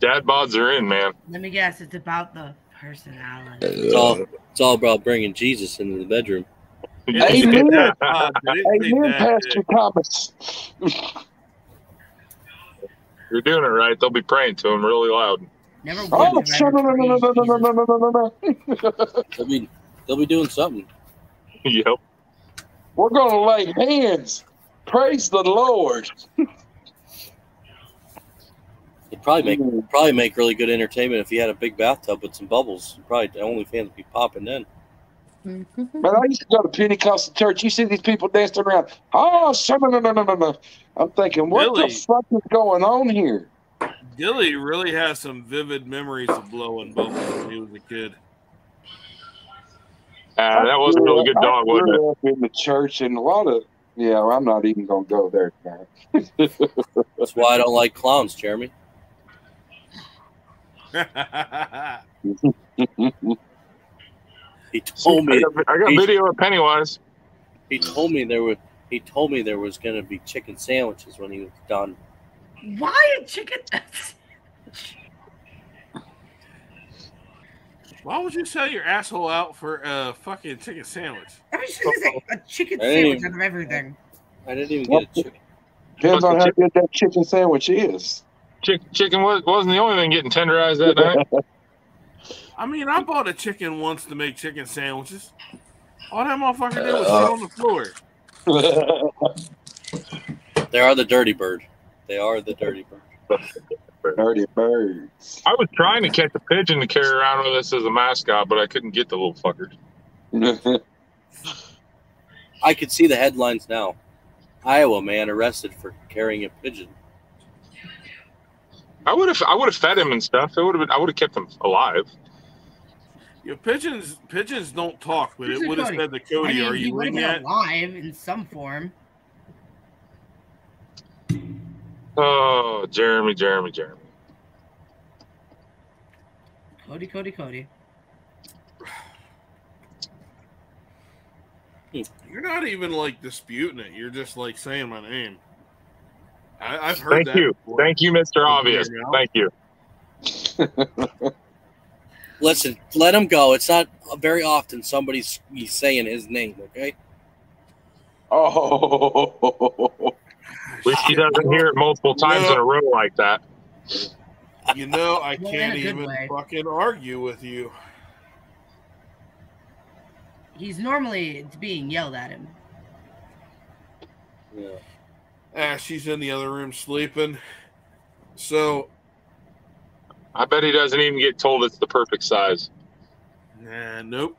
Dad bods are in, man.
Let me guess. It's about the personality.
It's all, it's all about bringing Jesus into the bedroom.
*laughs*
Amen.
Uh, they- they-
Amen,
that-
Pastor Thomas.
You're doing it right. They'll be praying to him really loud. *laughs*
Never would
Oh,
have
no,
ever
no, no, no, no, no, no, no, no, no, no, no.
They'll be, they'll be doing something.
yep. Uh,
We're going to lay hands. Praise the Lord.
It'd probably make probably make really good entertainment if you had a big bathtub with some bubbles. Probably the OnlyFans would be popping then.
Man, I used to go to Pentecostal church. You see these people dancing around. Oh, no, no, no, no, no, no. I'm thinking, what
Really?
the fuck is going on here?
Dilly really has some vivid memories of blowing bubbles when he was a kid. *laughs*
Uh, that wasn't really good
I
dog,
grew
was
up in the church and a lot of, yeah, well, I'm not even going to go there tonight.
That's why I don't like clowns, Jeremy. He told
it? I
me
got, I got
he,
video of Pennywise.
he told me there were he told me there was gonna be chicken sandwiches when he was done.
been- Why a chicken? *laughs*
Why would you sell your asshole out for a fucking chicken sandwich?
I was just gonna say a chicken
I didn't
sandwich
even-
out of everything.
I didn't even get a chicken.
*laughs* Depends on how good that chicken sandwich is.
Chick, chicken was, wasn't the only thing getting tenderized that night. *laughs*
I mean, I bought a chicken once to make chicken sandwiches. All that motherfucker did was
Uh,
sit on the floor.
They are the dirty bird. They are the dirty bird.
Dirty birds. *laughs*
I was trying to catch a pigeon to carry around with us as a mascot, but I couldn't get the little fucker.
I could see the headlines now. Iowa man arrested for carrying a pigeon.
I would have I would have fed him and stuff. It would have been I would have kept him alive.
Your pigeons pigeons don't talk, but it
Who's
would have
Cody?
said to
I
Cody,
mean,
"Are
he
you
would've
in
been
yet?"
alive in some form?
Oh, Jeremy, Jeremy, Jeremy.
Cody, Cody, Cody.
You're not even like disputing it. You're just like saying my name. I, I've heard
Thank
that.
you.
before.
Thank you, Mr.
Over
Obvious.
here now.
Thank you.
Listen, let him go. It's not very often somebody's he's saying his name. Okay.
Oh.
At least he doesn't hear it multiple times in a row like that.
You know, I
Well, in
can't
a good
even
way.
fucking argue with you.
He's normally being yelled at him.
Yeah.
Ah, she's in the other room sleeping. So,
I bet he doesn't even get told it's the perfect size.
nah, nope.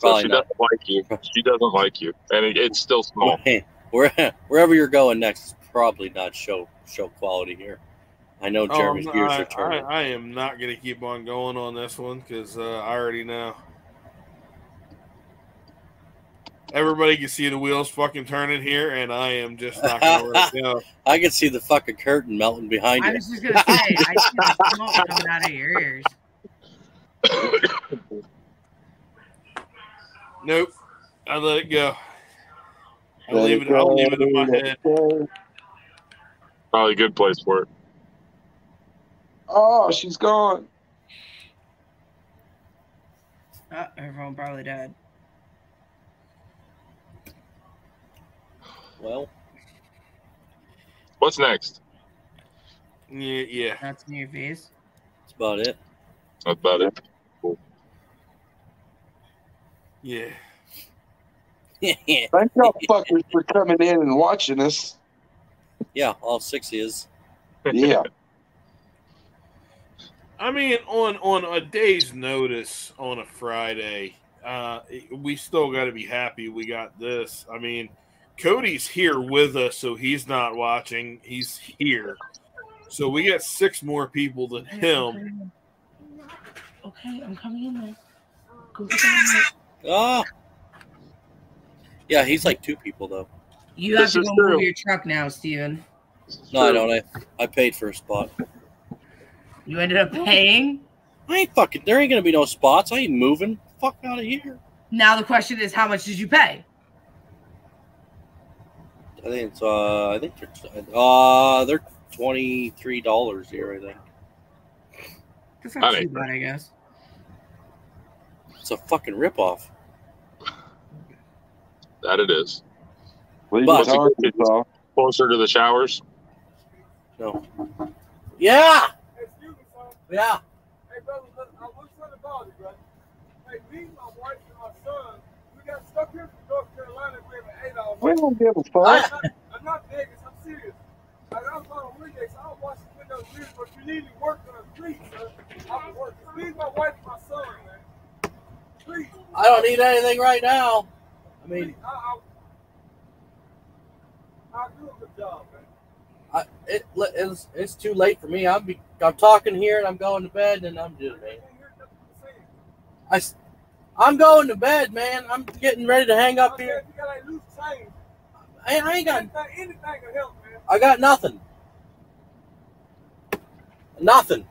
So
Probably
she
not.
doesn't like you. She doesn't like you, and it, it's
*laughs*
still small. *laughs*
Where, wherever you're going next is probably not show show quality here. I know
Oh, I'm
Jeremy's
not-
gears
I,
are turning.
I- I am not going to keep on going on this one because uh, I already know. Everybody can see the wheels fucking turning here, and I am just not going to let it
*laughs*
go.
I, can see the fucking curtain melting behind
I
you.
was just gonna say, I
*laughs*
see the smoke coming out of your ears.
Nope, I let it go. I
Let
leave
it
it. I'll leave it in my
go, let
head.
it go.
Probably a good place for it.
Oh, she's gone.
Uh, everyone probably dead.
*laughs* Well,
What's next?
Yeah, yeah.
That's in your face.
that's about it.
That's about it.
Yeah.
*laughs* yeah,
Thank y'all fuckers for coming in and watching us.
all six is.
*laughs*
Yeah.
I mean, on on a day's notice on a Friday, uh, we still got to be happy we got this. I mean, Cody's here with us, so he's not watching. He's here, so we got six more people than him.
Okay, I'm coming in there.
Ah. Yeah, he's like two people though.
You
This
have
is
to go
true.
move your truck now, Steven.
No, I don't. I, I paid for a spot.
You ended up paying.
I ain't fucking. There ain't gonna be no spots. I ain't moving. Fuck out of here.
Now the question is, how much did you pay?
I think it's. Uh, I think they're. Uh, they're twenty three dollars here. I think
That's
I
not too
didn't-
bad, I guess.
it's a fucking ripoff.
That it is.
Leave
But-
it to Arkansas.
Closer to the
*laughs*
showers. *laughs*
No. Yeah.
Excuse me, son.
Yeah.
Hey, brother, look, I was trying to bother you, brother. Hey, me, my wife, and my son, we got stuck here from North Carolina. We have an eight hour.
We don't give a
I'm
fuck.
*laughs*
not, I'm not begging, I'm serious. Like, I'm on a Windex, I'll watch the windows here, but you need to work on it, please, sir. I'm working. Please, my wife, and my son, man. Please.
I don't need anything right now. I mean,
please. I, I, I'll do a good job, man.
I, it, it's, it's too late for me. I'm be, I'm talking here and I'm going to bed and I'm just
I can't hear nothing you're saying.
I s- I'm going to bed, man. I'm getting ready to hang
I
up
said,
here.
You got like loose change.
I, I ain't got
Anything, anything will help, man.
I got nothing. Nothing.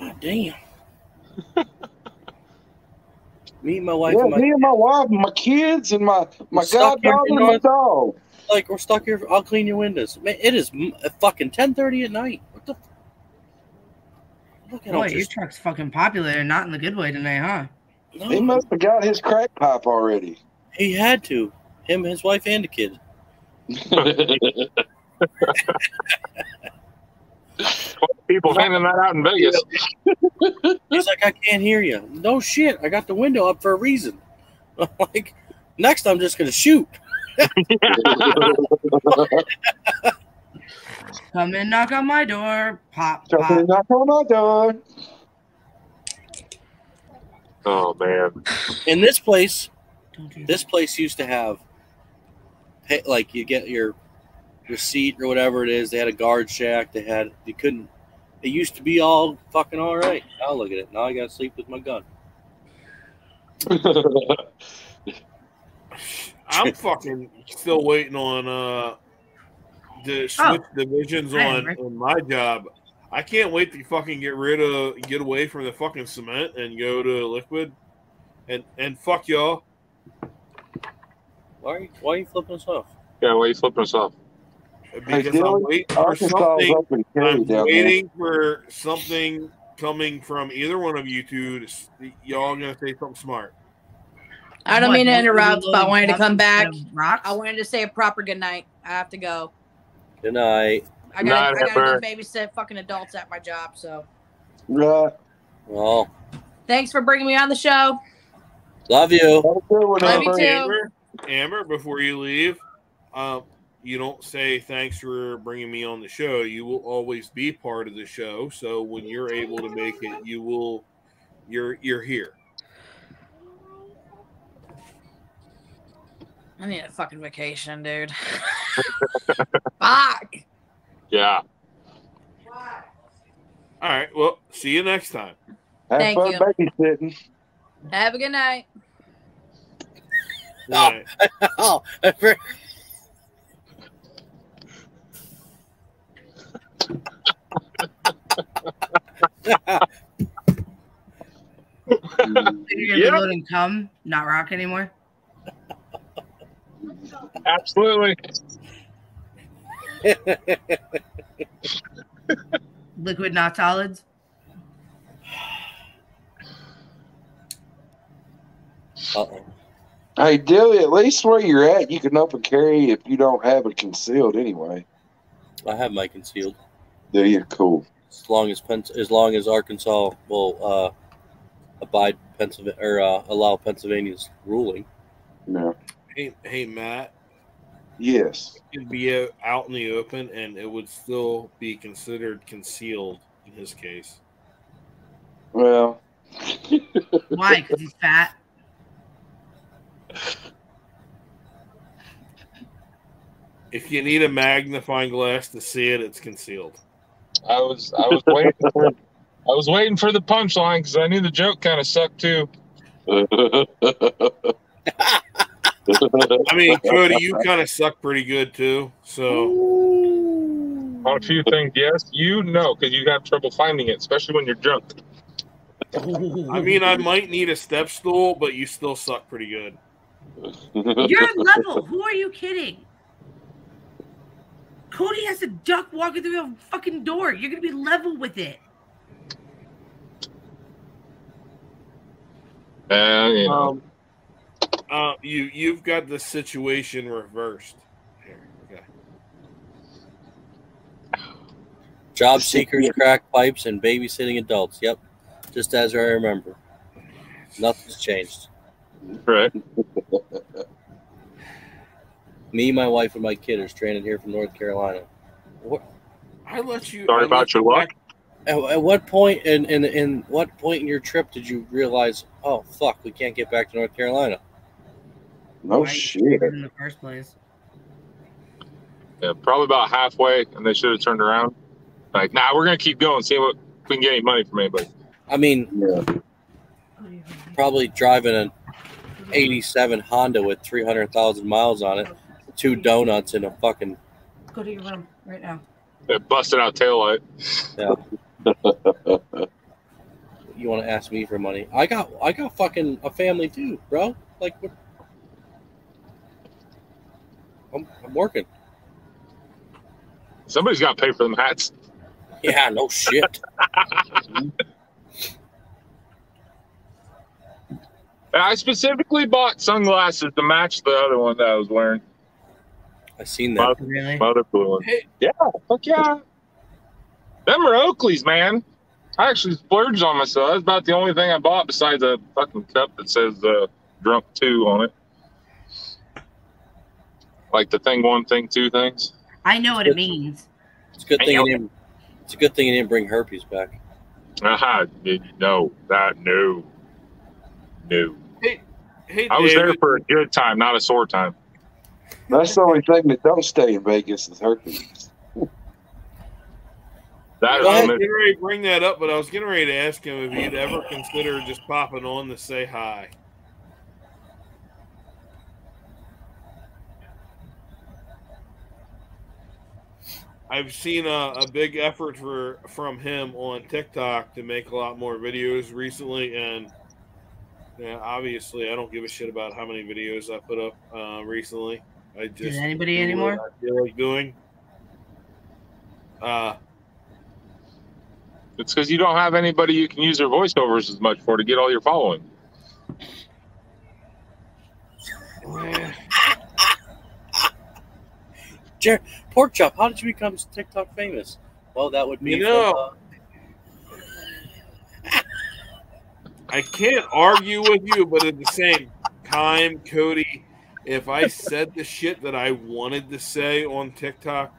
God damn. *laughs* Me and my wife
Yeah,
and my
me and my wife, and my kids, and my my
We're stuck here,
goddaughter,
you
and my
know.
dog.
like we're stuck here. I'll clean your windows. Man, it is m- uh, fucking ten thirty at night. What the? F- Look at all
Boy, your
this.
truck's fucking popular, and not in the good way tonight, huh?
He
No,
must have got his crack pipe already.
he had to. Him, his wife, and the kid.
People handing that out in Vegas.
He's like, I can't hear you. No shit. I got the window up for a reason. *laughs* I'm like, next I'm just gonna shoot.
Come and knock on my door. Pop,
Come
pop.
and knock on my door.
*laughs* oh
*laughs*
man.
In this place,
Don't do
this place used to have pay, like you get your receipt or whatever it is. They had a guard shack. They had they couldn't. It used to be all fucking all right. Now look at it. Now I gotta sleep with my gun.
I'm fucking still waiting on uh the switch
Oh.
divisions
I
on,
remember.
on my job. I can't wait to fucking get rid of get away from the fucking cement and go to liquid and and fuck y'all.
Why are you, why are you flipping us off?
Yeah, why you flipping us off?
Because I'm
Dylan,
waiting for
Arkansas is
something.
up and carry
I'm
down there.
waiting for something coming from either one of you two. To, s- y'all gonna say something smart.
I don't
What,
mean to
you
interrupt,
really
but I wanted to
want
come
to
back.
say
I wanted to say a proper good night. I have to go.
Good night.
I got I got to babysit fucking adults at my job. So
Right.
Well,
thanks for bringing me on the show.
love
*laughs*
you.
Love you too.
Amber, Amber, before you leave, um, you don't say thanks for bringing me on the show. You will always be part of the show. So when you're able to make it, you will. You're you're here.
I need a fucking vacation, dude. *laughs* Fuck.
Yeah.
All right. Well, see you next time.
Have
Thank
fun
you.
babysitting.
Have a good night.
Oh, *laughs*
*laughs*
You're gonna be loading cum, not rock anymore.
Absolutely.
Liquid, not solids.
Uh-oh.
Hey, Dilly, at least where you're at, you can up and carry if you don't have it concealed anyway.
I have my concealed.
There you cool.
As long as Pen- as long as Arkansas will uh, abide Pennsylvania or uh, allow Pennsylvania's ruling.
No.
Hey, hey, Matt.
Yes.
It'd be uh, out in the open, and it would still be considered concealed in his case.
*laughs* Well,
Why? Because he's
*laughs*
fat.
If you need a magnifying glass to see it, it's concealed.
I was I was waiting for I was waiting for the punchline because I knew the joke kind of sucked *laughs* too.
I mean, Cody, you kind of suck pretty good too. So
on a few things, yes, you know, because you have trouble finding it, especially when you're drunk.
I mean, *laughs* I might need a step stool, but you still suck pretty good.
You're a level. Who are you kidding? Cody has a duck walking through a fucking door. You're gonna be level with it.
Uh, you know.
Um, uh, you you've got the situation reversed. Here, okay.
Job seekers, crack pipes, and babysitting adults. Yep, just as I remember. Nothing's changed.
Right.
Me, my wife, and my kid are stranded here from North Carolina.
I let you.
Sorry
I
about
let
your
you
luck. At, at what point in, in in what point in your trip did you realize? Oh fuck, we can't get back to North Carolina.
No
shit. In the first place.
Yeah, probably about halfway, and they should have turned around. Like, nah, we're gonna keep going, see what if we can get any money from anybody.
I mean, probably driving an '87 Honda with 300,000 miles on it, two donuts, and a fucking
Go to your room right now.
They busted out taillight.
Yeah. you want to ask me for money? I got I got fucking a family too, bro. Like, what? I'm, I'm working.
Somebody's got to pay for them hats.
Yeah, no shit.
And I specifically bought sunglasses to match the other one that I was wearing.
I seen
that.
Mother, really?
Mother blue one. Yeah, fuck yeah. Them are Oakley's, man. I actually splurged on myself. That's about the only thing I bought besides a fucking cup that says uh, "drunk two on it. Like the thing one, thing two things.
I know what it means.
It's a good thing. You didn't, it's a good thing you didn't bring herpes back.
Aha, no, that no, no.
Hey,
I was
David.
there for a good time, not a sore time.
That's the only thing that don't stay in Vegas is *laughs* herpes.
I
That
was
is
getting ready to bring that up, but I was getting ready to ask him if he'd ever consider just popping on to say hi. I've seen a, a big effort for from him on TikTok to make a lot more videos recently, and yeah, obviously I don't give a shit about how many videos I put up uh, recently. I just
anybody
do what
anymore?
I feel like doing. Uh,
It's because you don't have anybody you can use their voiceovers as much for to get all your following.
Jer- Pork chop, how did you become TikTok famous? Well, that would be
You know-
from, uh,
I can't argue with you, but at the same time, Cody, if I said the shit that I wanted to say on TikTok,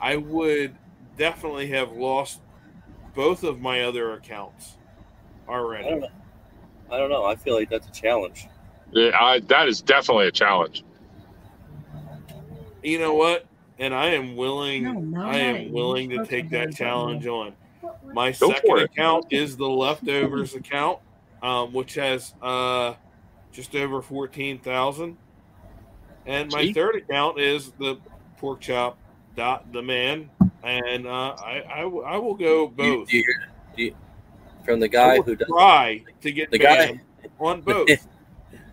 I would definitely have lost both of my other accounts
I don't
already.
know. I don't know. I feel like that's a challenge.
Yeah, I, that is definitely a challenge.
You know what? And I am willing.
No, no,
I
no,
am willing to
you're supposed to
take that
have it.
challenge on. My
Go
second
for it.
account is the leftovers account, um, which has uh, just over fourteen thousand, and my
See?
third account is the pork chop dot the man, and uh, I, I w- I will go
Do you-
both.
do you hear- do you- from the
I
guy
will
who does
try to get
the guy-
banned on both.
*laughs*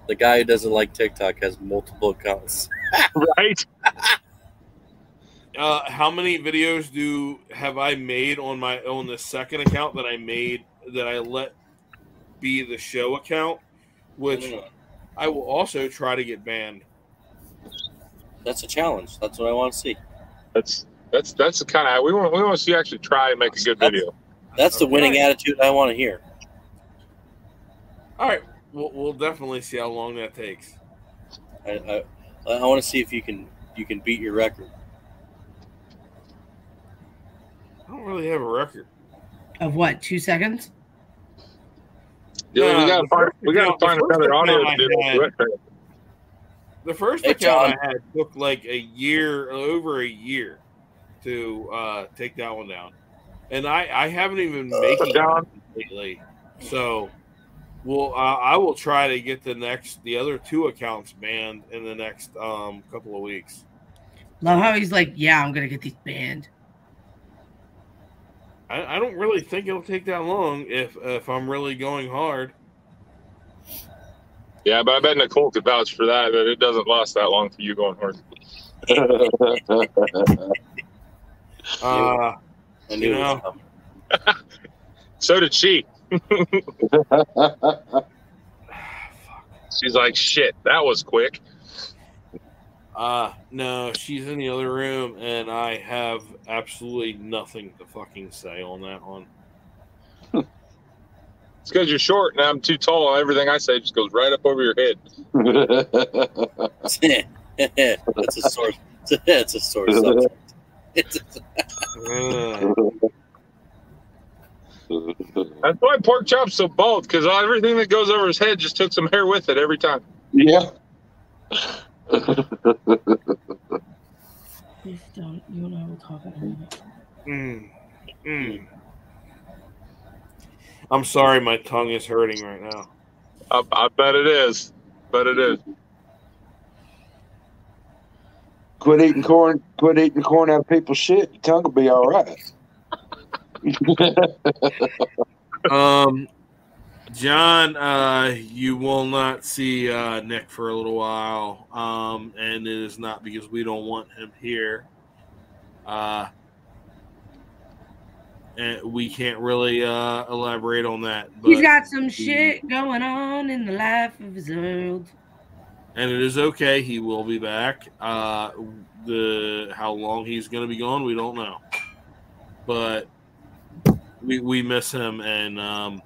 the guy who doesn't like TikTok has multiple accounts.
Right?
uh, how many videos do have I made on my on the second account that I made that I let be the show account, which
Mm.
I will also try to get banned.
That's a challenge. That's what I want to see.
That's that's that's the kind of we want we want to see you actually try and make a good video.
That's the winning
Okay.
attitude I want to hear.
All right, we'll, we'll definitely see how long that takes.
I, I, I want to see if you can you can beat your record.
I don't really have a record.
Of what? Two seconds?
Yeah,
Nah,
we gotta
the
find
first
we gotta
account- the
find
first
another audio
account I
to do
had-
it.
The first
Hey,
account
John.
I had took like a year, over a year, to uh, take that one down, and I I haven't even been making
John.
lately. So, well, uh, I will try to get the next the other two accounts banned in the next um, couple of weeks.
Love how he's like, yeah, I'm gonna get these banned.
I, I don't really think it'll take that long if if I'm really going hard.
Yeah, but I bet Nicole could vouch for that that it doesn't last that long for you going *laughs* hard.
Uh,
I knew
You
it was
know.
coming.
So did she. *laughs* She's like, shit, that was quick.
uh, no, she's in the other room, and I have absolutely nothing to fucking say on that one.
It's because you're short and I'm too tall. and Everything I say just goes right up over your head.
*laughs* That's a source. *laughs* It's a source subject. It's a,
Uh,
That's why pork chop's so bald because everything that goes over his head just took some hair with it every time.
yeah.
Please don't. You and I will talk in a minute.
mm, mm. I'm sorry, my tongue is hurting right now.
I, I bet it is. Bet it is.
Quit eating corn. Quit eating corn out of people's shit. Your tongue will be all right. *laughs*
Um, John, uh, you will not see uh, Nick for a little while, um, and it is not because we don't want him here. Uh, and we can't really uh, elaborate on that. But,
He's got some shit going on in the life of his world.
and it is okay. He will be back. Uh, the how long he's going to be gone, we don't know, but we we miss him, and um,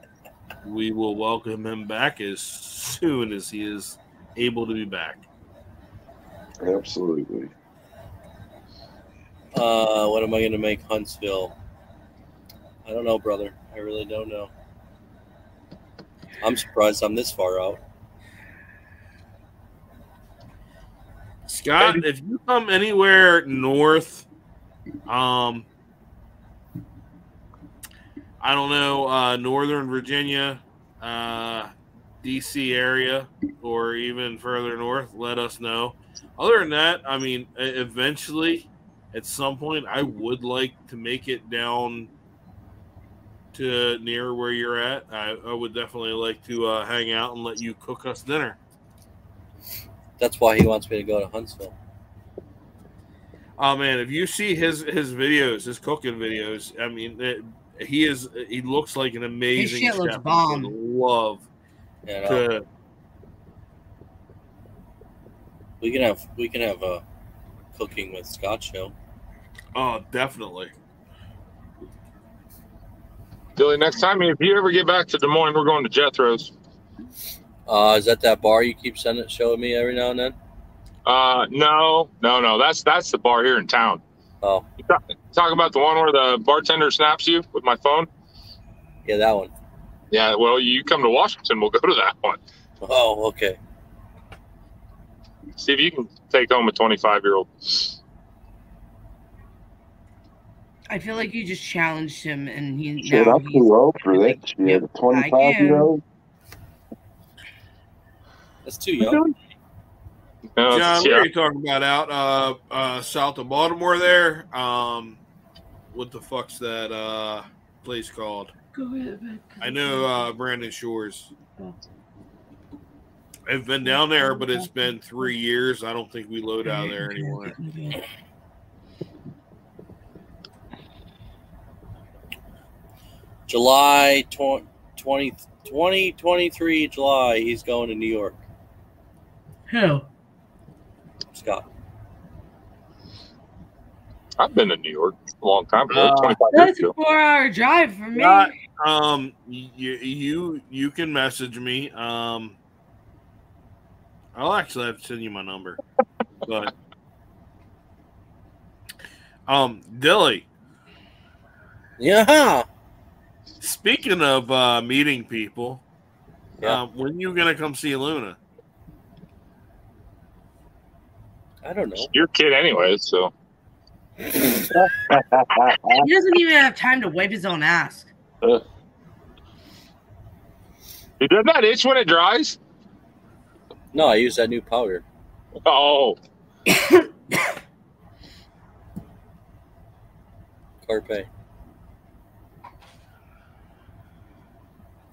we will welcome him back as soon as he is able to be back.
Absolutely.
uh, what am I going to make Huntsville? I don't know, brother. I really don't know. I'm surprised I'm this far out.
Scott, if you come anywhere north, um, I don't know, uh, Northern Virginia, uh, DC area, or even further north, let us know. Other than that, I mean, e- eventually, at some point, I would like to make it down to near where you're at. I, I would definitely like to uh, hang out and let you cook us dinner.
That's why he wants me to go to Huntsville.
Oh man, if you see his his videos, his cooking videos, I mean, it, he is he looks like an amazing
shit looks
chef. I would
bomb.
Love
Yeah,
to
We can have we can have a cooking with Scott show.
oh definitely.
Dilly, next time if you ever get back to Des Moines, we're going to Jethro's.
Uh, is that that bar you keep sending showing me every now and then?
Uh, no, no, no. That's that's the bar here in town.
Oh,
You ta- talking about the one where the bartender snaps you with my phone?
yeah, that one.
Yeah. Well, you come to Washington, we'll go to that one.
Oh, okay.
See if you can take home a twenty-five-year-old.
I feel like you just challenged him, and he
Shit,
now
I'm too
*laughs*
old for that shit. A 25 year old?
That's too
young.
John,
No, Oh, it's-
what
yeah.
are you talking about out uh, uh, south of Baltimore there? Um, what the fuck's that uh, place called?
Go ahead.
I know uh, Brandon Shores. I've been down there, but it's been three years. I don't think we load out of there anymore.
July 20, 20, 2023, July, he's going to New York.
Who?
Scott.
I've been to New York a long time ago,
Uh,
twenty-five years
That's a
ago.
four-hour drive for me.
Not- um, you, you you can message me. Um, I'll actually have to send you my number, but um, Dilly.
Yeah.
Speaking of uh, meeting people, uh, when you gonna come see Luna?
I don't know.
You're a kid, anyway, so.
He doesn't even have time to wipe his own ass.
It does not itch when it dries.
No, I use that new powder.
Oh,
Carpe.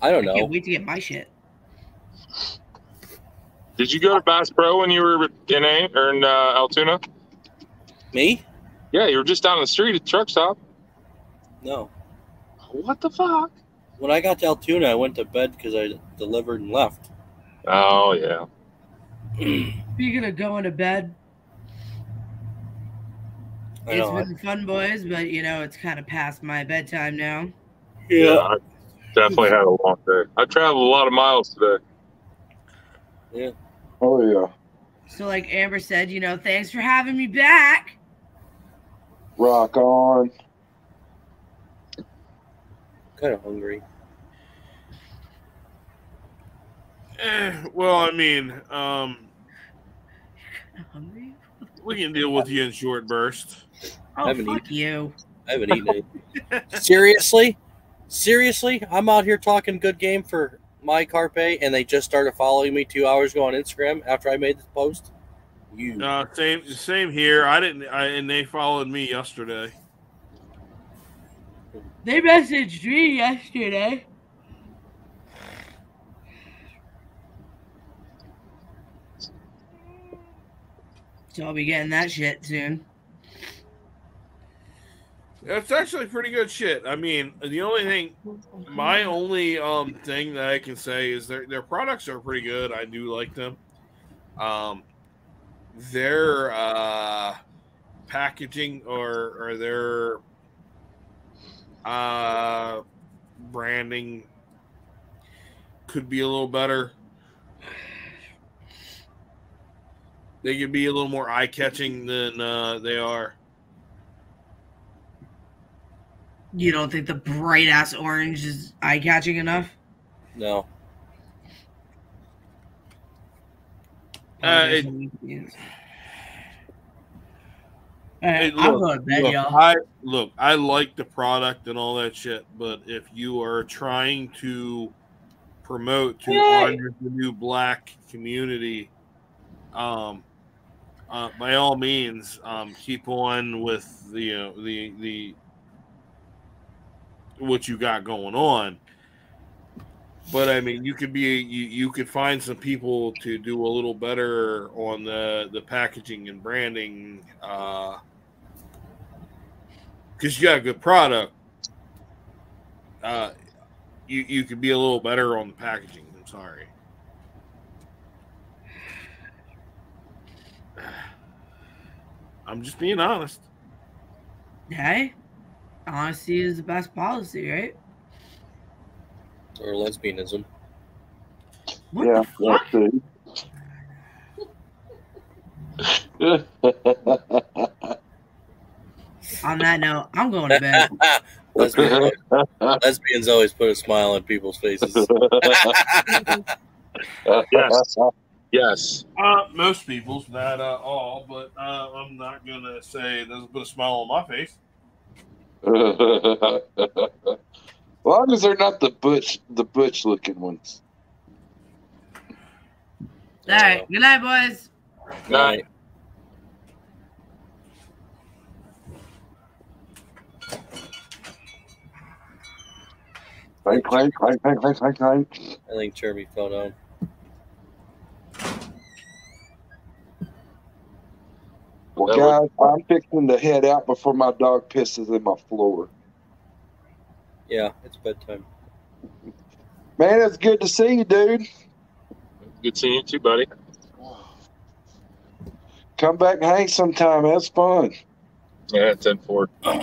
I don't
I can't
know.
wait to get my shit.
did you go to Bass Pro when you were in a or in uh, Altoona?
Me?
Yeah, you were just down the street at the truck stop.
No.
What the fuck?
When I got to Altoona, I went to bed because I delivered and left.
Oh yeah.
you gonna go into bed?
I
It's
know. I-
been fun, boys, but you know it's kind of past my bedtime now.
Yeah, I definitely had a long day. I traveled a lot of miles today.
Yeah.
Oh, yeah.
So, like Amber said, you know, thanks for having me back.
Rock on.
kind of hungry.
Eh, well, I mean, um,
Hungry?
we can deal with you in short bursts.
Oh,
haven't
fuck you.
I haven't eaten
*laughs*
it. Seriously? Seriously? I'm out here talking good game for my Carpe, and they just started following me two hours ago on Instagram after I made this post. You.
Uh, same same here. I didn't, I, and they followed me yesterday.
They messaged me yesterday. So I'll be getting that shit soon.
That's actually pretty good shit. I mean, the only thing, my only um thing that I can say is their their products are pretty good. I do like them. Um, their uh packaging or or their uh branding could be a little better. They could be a little more eye catching than uh, they are.
You don't think the bright ass orange is eye catching enough?
No.
Uh, it, Hey,
I'm
look,
going to bed,
look,
y'all.
I, look, I like the product and all that shit, but if you are trying to promote to
Yay.
honor the new black community, um, uh, by all means, um, keep on with the you know, the the what you got going on. But I mean, you could be you you could find some people to do a little better on the the packaging and branding, uh, because you got a good product. Uh, you you could be a little better on the packaging. I'm sorry. *sighs* I'm just being honest.
Hey, honesty is the best policy, right?
or lesbianism.
yeah, that too.
On that note, I'm going to bed.
Lesbians, lesbians always put a smile on people's faces.
*laughs*
yes. Yes.
Uh, most people's, not uh, all, but uh, I'm not gonna say it doesn't put a smile on my face.
long as they're not the butch, the butch looking ones.
All right. Good night, boys.
Night.
Clank, clank, clank, clank, clank, clank, clank.
I think Jeremy fell down.
Well,
That
guys,
was-
I'm fixing to head out before my dog pisses in my floor.
Yeah, it's bedtime.
Man, it's good to see you, dude.
Good seeing you too, buddy.
Come back and hang sometime. That's fun.
Yeah, ten four.
Hell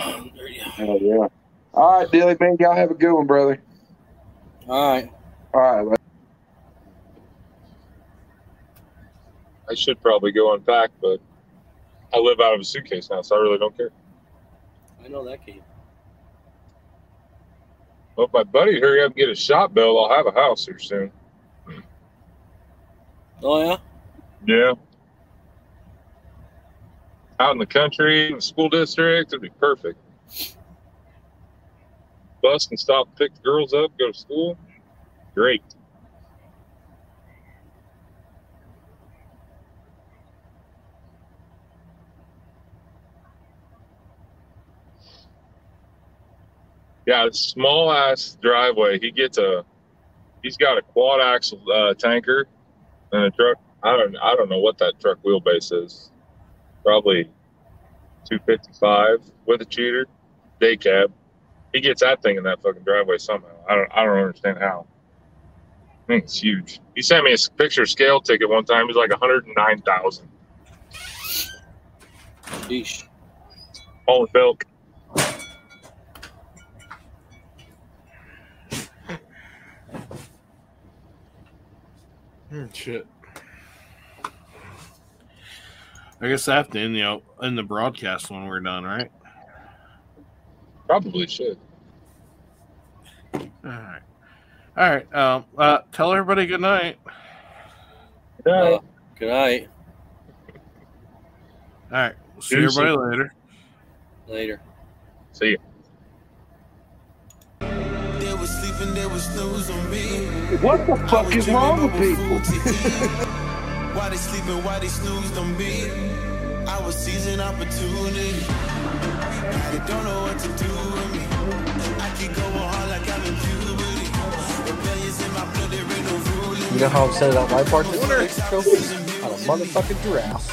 yeah. All right, Dilly man, y'all have a good one, brother.
All right.
All right. man.
I should probably go unpack, but I live out of a suitcase now, so I really don't care.
I know that game.
Well, if my buddy hurry up and get a shot bill, I'll have a house here soon.
Oh yeah.
Yeah. Out in the country, in the school district, it'd be perfect. Bus can stop, pick the girls up, go to school. Great. Yeah, it's small ass driveway. He gets a, he's got a quad axle uh, tanker and a truck. I don't, I don't know what that truck wheelbase is. Probably 255 with a cheater, day cab. He gets that thing in that fucking driveway somehow. I don't, I don't understand how. I think it's huge. He sent me a s- picture scale ticket one time. It was like 109,000.
Yeesh.
All in milk.
Hmm, shit. I guess I have to end the uh, end the broadcast when we're done, right?
Probably should.
All right. All right. Um, uh, tell everybody good night.
Uh, good night.
All right. See
Deuces.
everybody later.
Later.
See you.
They were sleeping, they were snoozing me.
What the fuck is wrong with people?
Why they sleeping, why they snoozed on me? I was seizing opportunity. Now they don't know what to do with me. I keep going hard like I'm in puberty. Rebellions in my blood, there ain't no ruling.
You know how upset that life park is? Trophy on a motherfucking giraffe.